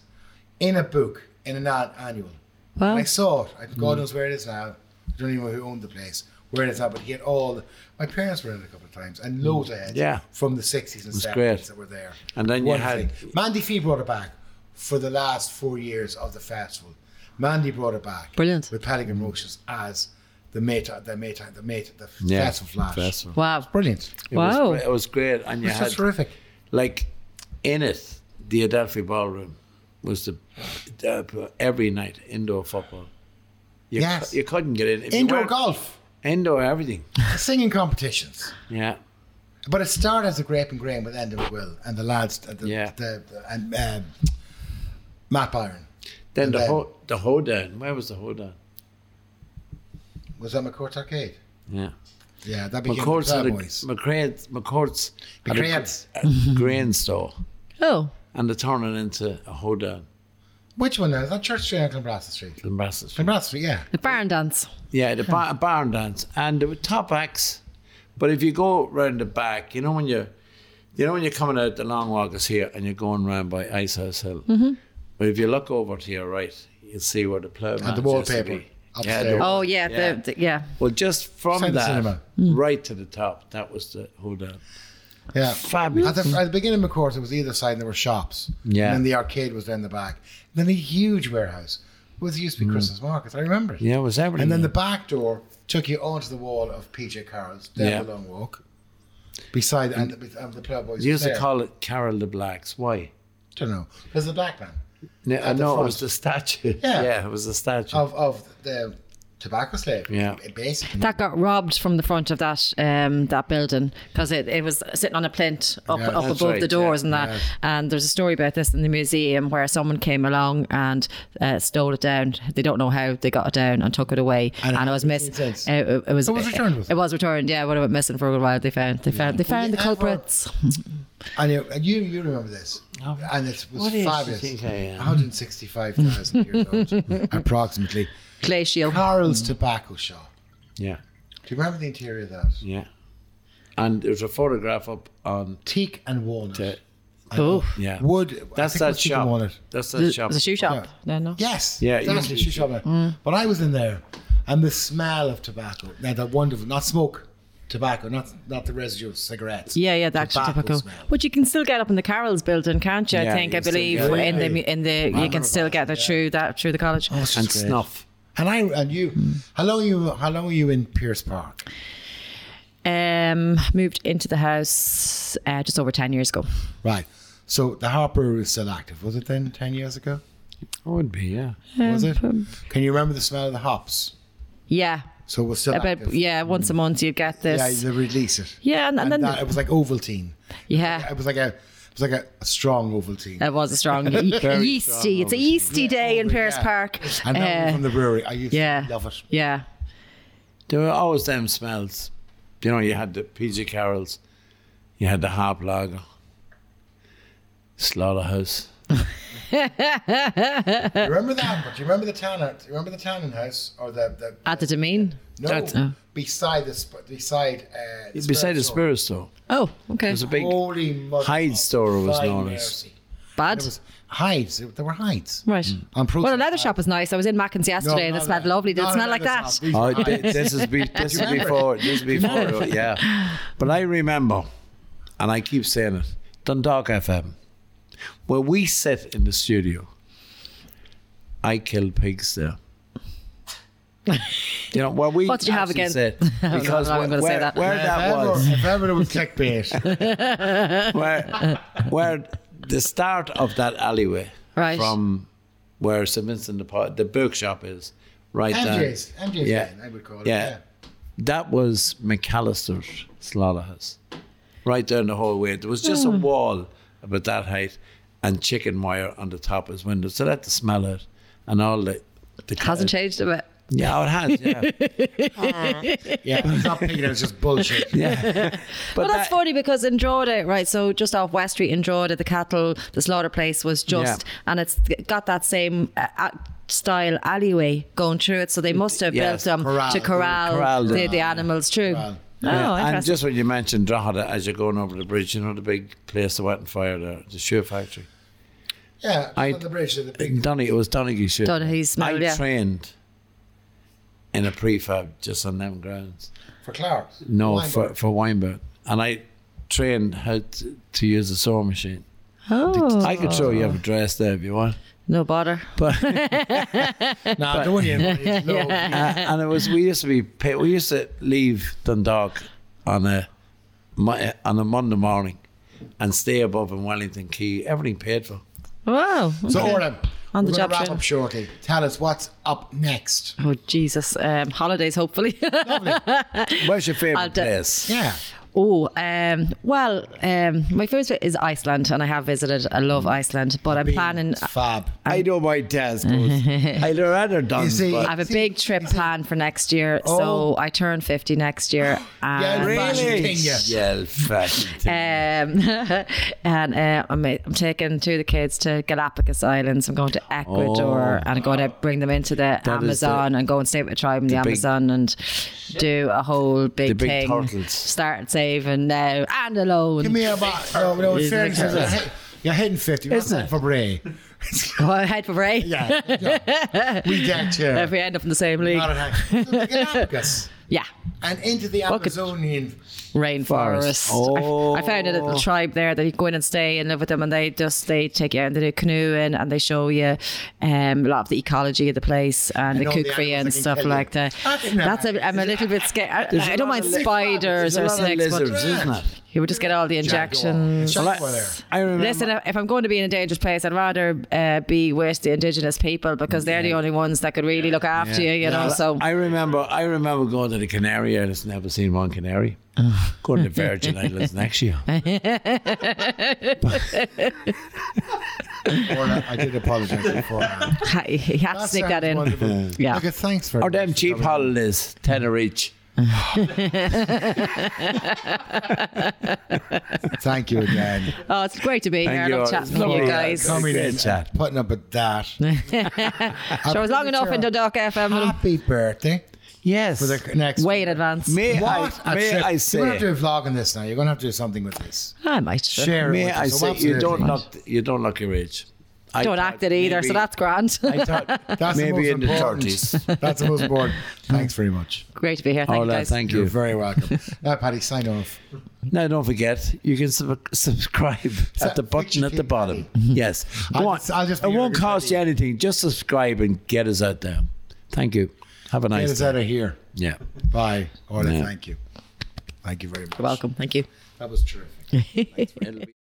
Speaker 3: in a book, in an ad- annual.
Speaker 2: Wow.
Speaker 3: And
Speaker 1: Oh.
Speaker 3: I saw it. I,
Speaker 1: Mm.
Speaker 3: God knows where it is now. I don't even know who owned the place, where it is now, but he had all. The, my parents were in it a couple of times, and loads I had
Speaker 1: Mm. Yeah.
Speaker 3: from the 60s and 70s
Speaker 1: great.
Speaker 3: that were there.
Speaker 1: And then you
Speaker 3: Wonderful
Speaker 1: had-
Speaker 3: thing. Mandy Fee brought it back for the last four years of the festival. Mandy brought it back.
Speaker 2: Brilliant.
Speaker 3: With Pelican
Speaker 1: Mm.
Speaker 3: Roaches as the meta, the meta, the meta, the
Speaker 1: Yeah.
Speaker 3: festival flash.
Speaker 1: Festival.
Speaker 2: Wow.
Speaker 3: Brilliant.
Speaker 1: It was
Speaker 2: Wow.
Speaker 1: great- it was great. And you
Speaker 3: It's
Speaker 1: had
Speaker 3: just terrific.
Speaker 1: like in it, the Adelphi Ballroom was the uh, every night indoor football. You,
Speaker 3: Yes.
Speaker 1: cou- you couldn't get in. If you
Speaker 3: Indoor
Speaker 1: weren't-
Speaker 3: golf,
Speaker 1: Indoor everything.
Speaker 3: singing competitions.
Speaker 1: Yeah.
Speaker 3: But it started as a grape and grain with Enda Will and the lads, and the,
Speaker 1: Yeah.
Speaker 3: the, the- and um, Matt Byron.
Speaker 1: Then
Speaker 3: And
Speaker 1: the
Speaker 3: then-
Speaker 1: ho- the hoedown. Where was the hoedown?
Speaker 3: Was that McCourt Arcade?
Speaker 1: Yeah.
Speaker 3: Yeah, that became
Speaker 1: McCourt's
Speaker 3: the
Speaker 1: had a,
Speaker 3: Playboys.
Speaker 1: McCraid's, McCourt's had a,
Speaker 3: McCraid's.
Speaker 1: a grain store
Speaker 2: Oh,
Speaker 1: and they turned it into a hoedown
Speaker 3: Which one now? Is that Church Street or Clonbrassa Street?
Speaker 1: in Brussels.
Speaker 3: Clonbrassa Street, yeah.
Speaker 2: the barn dance.
Speaker 1: Yeah, the bar, barn dance, and there were top acts. But if you go round the back, you know when you, you know when you're coming out the long walk is here, and you're going round by Ice House Hill. But if you look over to your right, you'll see where the ploughman
Speaker 3: And the wallpaper.
Speaker 1: Ah, Yeah,
Speaker 3: upstairs.
Speaker 1: the,
Speaker 2: Oh yeah,
Speaker 1: Yeah.
Speaker 2: The, the, yeah.
Speaker 1: well, just from
Speaker 3: Side of the
Speaker 1: that
Speaker 3: cinema.
Speaker 1: right to the top, that was the hold on.
Speaker 3: Yeah. At
Speaker 1: Fabulous.
Speaker 3: the, at the beginning of McCourt, it was either side and there were shops.
Speaker 1: Yeah.
Speaker 3: And then the arcade was down the back. Then a huge warehouse. It was used to be Christmas markets. I remember it.
Speaker 1: Mm. Yeah, it was everything.
Speaker 3: And then the back door took you onto the wall of PJ Carroll's down
Speaker 1: Yeah.
Speaker 3: the long walk. Beside and, the, and the Playboys.
Speaker 1: they used
Speaker 3: there.
Speaker 1: to call it Carol the Blacks. Why?
Speaker 3: don't know. There's a black man
Speaker 1: No, I
Speaker 3: the
Speaker 1: know it
Speaker 3: front.
Speaker 1: was the statue.
Speaker 3: Yeah. Oh.
Speaker 1: yeah, it was the statue.
Speaker 3: of of the tobacco slave.
Speaker 1: Yeah.
Speaker 3: basically.
Speaker 2: That got robbed from the front of that um, that building because it, it was sitting on a plinth up
Speaker 3: Yeah,
Speaker 2: up
Speaker 1: that's
Speaker 2: above
Speaker 1: right,
Speaker 2: the doors
Speaker 1: yeah,
Speaker 2: and that. And there's a story about this in the museum where someone came along and uh, stole it down. They don't know how they got it down and took it away.
Speaker 3: And
Speaker 2: And,
Speaker 3: it
Speaker 2: it was
Speaker 3: hasn't
Speaker 2: missing.
Speaker 3: been since.
Speaker 2: It, it was.
Speaker 3: It was returned, was it?
Speaker 2: It was returned. Yeah, what about missing for a while? They found. They found. They found
Speaker 3: you
Speaker 2: the
Speaker 3: ever-
Speaker 2: culprits.
Speaker 3: And you, and you you remember this. and it was
Speaker 1: Oh, What age do you
Speaker 3: fabulous.
Speaker 1: think I am?
Speaker 3: 165,000 years old, approximately.
Speaker 2: Glacial.
Speaker 3: Carol's tobacco shop.
Speaker 1: yeah.
Speaker 3: Do you remember the interior of that?
Speaker 1: Yeah. And there's a photograph up on
Speaker 3: Teak and walnut.
Speaker 1: the
Speaker 2: Oh,
Speaker 1: yeah.
Speaker 3: Wood. I
Speaker 1: That's
Speaker 3: think it
Speaker 1: that
Speaker 3: was teak and
Speaker 1: shop.
Speaker 3: walnut.
Speaker 1: That's that
Speaker 2: the,
Speaker 1: shop.
Speaker 2: the shoe shop. No, no.
Speaker 3: Yes.
Speaker 1: Yeah, it used to
Speaker 3: Exactly.
Speaker 1: be
Speaker 3: Shoe shop.
Speaker 2: Mm.
Speaker 3: But I was in there, and the smell of tobacco. Now that wonderful, not smoke, tobacco, not not the residue of cigarettes.
Speaker 2: Yeah, yeah, that's
Speaker 3: Tobacco
Speaker 2: typical.
Speaker 3: smell.
Speaker 2: But you can still get up in the Carroll's building, can't you?
Speaker 1: Yeah,
Speaker 2: I think
Speaker 1: you
Speaker 2: I
Speaker 1: can still
Speaker 2: believe
Speaker 1: get
Speaker 3: up.
Speaker 2: in the in the you can
Speaker 3: remember
Speaker 2: still
Speaker 3: that,
Speaker 2: get that through that through the college.
Speaker 3: Oh, it's
Speaker 1: and
Speaker 3: just great.
Speaker 1: snuff.
Speaker 3: And I and you.
Speaker 2: Mm.
Speaker 3: How long you? How long were you in Pierce Park?
Speaker 2: Um, moved into the house uh, just over ten years ago.
Speaker 3: Right. So the Harper is still active. Was it then ten years ago?
Speaker 1: It would be, yeah.
Speaker 2: Um,
Speaker 3: Was it? Can you remember the smell of the hops?
Speaker 2: Yeah,
Speaker 3: So it was still
Speaker 2: about
Speaker 3: active.
Speaker 2: yeah, once a month you get
Speaker 3: yeah,
Speaker 2: this.
Speaker 3: they release it.
Speaker 2: Yeah, and, and
Speaker 3: And
Speaker 2: then
Speaker 3: that, it was like Ovaltine.
Speaker 2: yeah.
Speaker 3: It was like a, it was like a, a strong Ovaltine.
Speaker 2: That was a strong ye- yeasty. It's a yeasty day in Pierce
Speaker 3: yeah.
Speaker 2: Park.
Speaker 3: And that was
Speaker 2: Uh,
Speaker 3: from the brewery. I used
Speaker 2: yeah.
Speaker 3: to love it.
Speaker 2: yeah,
Speaker 1: There were always them smells. You know, you had the PJ Carrolls, you had the Harp Lager, Slaughterhouse.
Speaker 3: Do you remember that? But do you remember the tannin? Do you remember the tannin house or the the
Speaker 2: at the Domain.
Speaker 3: no
Speaker 1: That's- Oh.
Speaker 3: beside the sp- beside uh, the
Speaker 1: Beside the
Speaker 3: spirit
Speaker 1: spirit store,
Speaker 2: Oh, okay.
Speaker 1: there's a big
Speaker 3: Holy mother
Speaker 1: Hyde
Speaker 3: of
Speaker 1: store was
Speaker 3: fine
Speaker 1: known as.
Speaker 3: mercy.
Speaker 2: Bad.
Speaker 3: It was Mm. hides. It- There were hides.
Speaker 2: Right.
Speaker 3: On Protein
Speaker 2: Well, the leather shop was nice. I was in Mackins yesterday and it
Speaker 3: not
Speaker 2: smelled
Speaker 3: that.
Speaker 2: lovely. Did
Speaker 3: Not
Speaker 2: it
Speaker 3: a
Speaker 2: smell like
Speaker 3: leather
Speaker 2: that?
Speaker 3: shop. These
Speaker 1: Oh, thi-
Speaker 3: were hides.
Speaker 1: this is be, this is
Speaker 3: remember?
Speaker 1: before this is before uh, yeah. But I remember, and I keep saying it, Dundalk FM, where we sit in the studio. I kill pigs there. You know where we
Speaker 2: What did you have
Speaker 1: actually
Speaker 2: again?
Speaker 1: sit,
Speaker 2: no,
Speaker 1: because
Speaker 2: I'm
Speaker 1: where,
Speaker 2: gonna say
Speaker 1: where-
Speaker 2: that.
Speaker 1: where
Speaker 3: If
Speaker 1: that
Speaker 3: ever-
Speaker 1: was
Speaker 3: If ever it was clickbait.
Speaker 1: where where the start of that alleyway
Speaker 2: Right.
Speaker 1: from where St Vincent the Paul- the bookshop is right
Speaker 3: MJ's.
Speaker 1: down
Speaker 3: MJ's
Speaker 1: Yeah.
Speaker 3: yeah. I would call it.
Speaker 1: Yeah.
Speaker 3: Yeah.
Speaker 1: That was McAllister's slaughterhouse. Right down the hallway. There was just a
Speaker 2: Hmm.
Speaker 1: wall about that height and chicken wire on the top of his window. So let the smell out and all the, the
Speaker 2: Hasn't changed a bit.
Speaker 1: Yeah, oh, it has, yeah.
Speaker 3: Yeah. It's not picking it. It's just bullshit.
Speaker 1: yeah. But
Speaker 2: Well, that's
Speaker 1: that-
Speaker 2: funny because in Drogheda, right? So just off West Street in Drogheda, the cattle, the slaughter place was just, and it's got that same uh, uh, style alleyway going through it. So they must have built
Speaker 1: Yes,
Speaker 2: them
Speaker 3: corral-
Speaker 2: to corral,
Speaker 1: corral
Speaker 2: the,
Speaker 1: them.
Speaker 2: the animals. True.
Speaker 3: Well,
Speaker 2: Oh,
Speaker 1: and
Speaker 2: interesting.
Speaker 1: just when you mentioned Drogheda, as you're going over the bridge, you know the big place that went on fire there, the shoe factory.
Speaker 3: Yeah,
Speaker 1: I-
Speaker 3: on the bridge to the big
Speaker 1: Donny, it was Donaghy shoe.
Speaker 2: Donaghy's
Speaker 1: I
Speaker 2: mill, yeah.
Speaker 1: trained in a prefab just on them grounds.
Speaker 3: for Clark's.
Speaker 1: No,
Speaker 3: Wine
Speaker 1: for
Speaker 3: bar.
Speaker 1: for Weinberg, and I trained how to, to use a sewing machine.
Speaker 2: Oh,
Speaker 1: I could show you have a dress there if you want.
Speaker 2: no bother.
Speaker 3: Nah, no, one you invited, no.
Speaker 1: Uh, and it was we used to be pa- we used to leave Dundalk on a Mo- on a Monday morning and stay above in Wellington Key. Everything paid for.
Speaker 2: Wow.
Speaker 3: So,
Speaker 2: okay.
Speaker 3: Orla,
Speaker 2: On
Speaker 3: we're
Speaker 2: the
Speaker 3: going
Speaker 2: job
Speaker 3: to wrap
Speaker 2: train.
Speaker 3: up shortly. Tell us what's up next.
Speaker 2: Oh Jesus! Um, holidays, hopefully.
Speaker 1: Where's your
Speaker 2: I'll
Speaker 1: favourite
Speaker 2: do-
Speaker 1: place?
Speaker 3: Yeah.
Speaker 2: oh, um, well, um, my first bit is Iceland, and I have visited. I love Iceland, but I'm planning. uh,
Speaker 3: Beans, Fab.
Speaker 1: I know my Des, but I'd rather done.
Speaker 3: You see-
Speaker 2: I
Speaker 1: but
Speaker 2: have a big trip planned for next year, so I turn fifty next year. And
Speaker 3: Yeah, Fashion
Speaker 1: Oh. really,
Speaker 3: thing, yeah.
Speaker 1: yeah, fashion thing.
Speaker 2: Um, and uh, I'm, I'm taking two of the kids to Galapagos Islands. I'm going to Ecuador
Speaker 1: Oh.
Speaker 2: and I'm going to bring them into the
Speaker 1: That is the-
Speaker 2: Amazon and go and stay with a tribe in the,
Speaker 1: the big-
Speaker 2: Amazon and do a whole big,
Speaker 1: The big
Speaker 2: thing.
Speaker 1: turtles.
Speaker 2: Start saving now and alone.
Speaker 3: Give me a box. No, no, in
Speaker 2: Is it
Speaker 3: fairness,
Speaker 2: okay?
Speaker 3: you're hit- you're hitting 50. We're not
Speaker 1: Isn't it?
Speaker 3: For Bray.
Speaker 2: go ahead for break.
Speaker 3: Yeah. yeah. we get you.
Speaker 2: If we end up in the same league,
Speaker 3: Not a hack. So the Galapagos
Speaker 2: yeah.
Speaker 3: and into the Amazonian.
Speaker 2: Rainforest.
Speaker 1: Oh.
Speaker 2: I, I found a little tribe there that you go in and stay and live with them, and they just they take you out and they do canoeing and they show you um, a lot of the ecology of the place and,
Speaker 3: And
Speaker 2: the
Speaker 3: all the
Speaker 2: cookery
Speaker 3: animals
Speaker 2: and
Speaker 3: that can
Speaker 2: stuff
Speaker 3: kill
Speaker 2: like
Speaker 3: you.
Speaker 2: that.
Speaker 3: Ah, no.
Speaker 2: That's a, I'm a little bit scared.
Speaker 1: There's
Speaker 2: I,
Speaker 1: a
Speaker 2: I don't
Speaker 1: lot
Speaker 2: mind
Speaker 1: of li-
Speaker 2: spiders
Speaker 1: There's a
Speaker 2: or
Speaker 1: lot of
Speaker 2: snakes,
Speaker 1: lizards,
Speaker 2: but
Speaker 1: isn't it?
Speaker 2: you would just get all the injections.
Speaker 3: Jaguar.
Speaker 1: Well, I-
Speaker 3: Jaguar.
Speaker 1: I remember.
Speaker 2: Listen, if- if I'm going to be in a dangerous place, I'd rather uh, be with the indigenous people because they're the only ones that could really look after you, you know. So
Speaker 1: I remember. I remember going to the Canary Islands. Never seen one canary.
Speaker 2: Oh.
Speaker 1: Going to Virgin Islands next year.
Speaker 3: Orla, I did apologize before.
Speaker 2: you have to sneak that in. Yeah.
Speaker 3: Okay, thanks for
Speaker 1: Or them
Speaker 3: for
Speaker 1: cheap
Speaker 3: coming.
Speaker 1: holidays, tenner each.
Speaker 3: Thank you again.
Speaker 2: Oh, it's great to be
Speaker 1: Thank
Speaker 2: here.
Speaker 1: you.
Speaker 2: I love
Speaker 1: It's
Speaker 2: chatting with
Speaker 1: lovely.
Speaker 2: you guys.
Speaker 1: Come
Speaker 3: Coming in,
Speaker 1: Great chat.
Speaker 3: putting up with that.
Speaker 2: So I was long enough in Dundalk FM.
Speaker 3: Happy birthday.
Speaker 1: Yes.
Speaker 3: For the next
Speaker 2: Way in advance.
Speaker 1: May
Speaker 3: What?
Speaker 1: I,
Speaker 3: a
Speaker 1: may
Speaker 3: trip.
Speaker 1: I
Speaker 3: You're going to
Speaker 1: say,
Speaker 3: have to do a vlog on this now. You're going to have to do something with this.
Speaker 2: I might.
Speaker 3: Share it
Speaker 1: may
Speaker 3: with
Speaker 1: I
Speaker 3: us. Oh,
Speaker 1: say, you don't
Speaker 3: absolutely.
Speaker 1: look, you don't look your age. I
Speaker 2: Don't
Speaker 1: thought
Speaker 2: act it either, so
Speaker 1: maybe-
Speaker 2: that's grand.
Speaker 1: I thought
Speaker 3: That's the
Speaker 1: maybe
Speaker 3: most
Speaker 1: in the
Speaker 3: important.
Speaker 1: thirties.
Speaker 3: That's the most important. Thanks very much.
Speaker 2: Great to be here. Thank you
Speaker 1: Hola,
Speaker 2: guys.
Speaker 1: Oh, thank
Speaker 3: You're
Speaker 1: you.
Speaker 3: very welcome. Now, Paddy, sign off.
Speaker 1: Now, don't forget, you can sub- subscribe at the button at the bottom. Yes,
Speaker 3: I'll
Speaker 1: go on.
Speaker 3: just- I'll just
Speaker 1: it
Speaker 3: be your
Speaker 1: won't cost you
Speaker 3: everybody.
Speaker 1: anything. Just subscribe and get us out there. Thank you. Have a
Speaker 3: Get
Speaker 1: nice
Speaker 3: us
Speaker 1: day.
Speaker 3: out of here.
Speaker 1: Yeah.
Speaker 3: Bye. Orla,
Speaker 1: Yeah.
Speaker 3: thank you. Thank you very much.
Speaker 2: You're welcome. Thank you.
Speaker 3: That was terrific.
Speaker 1: It'll be-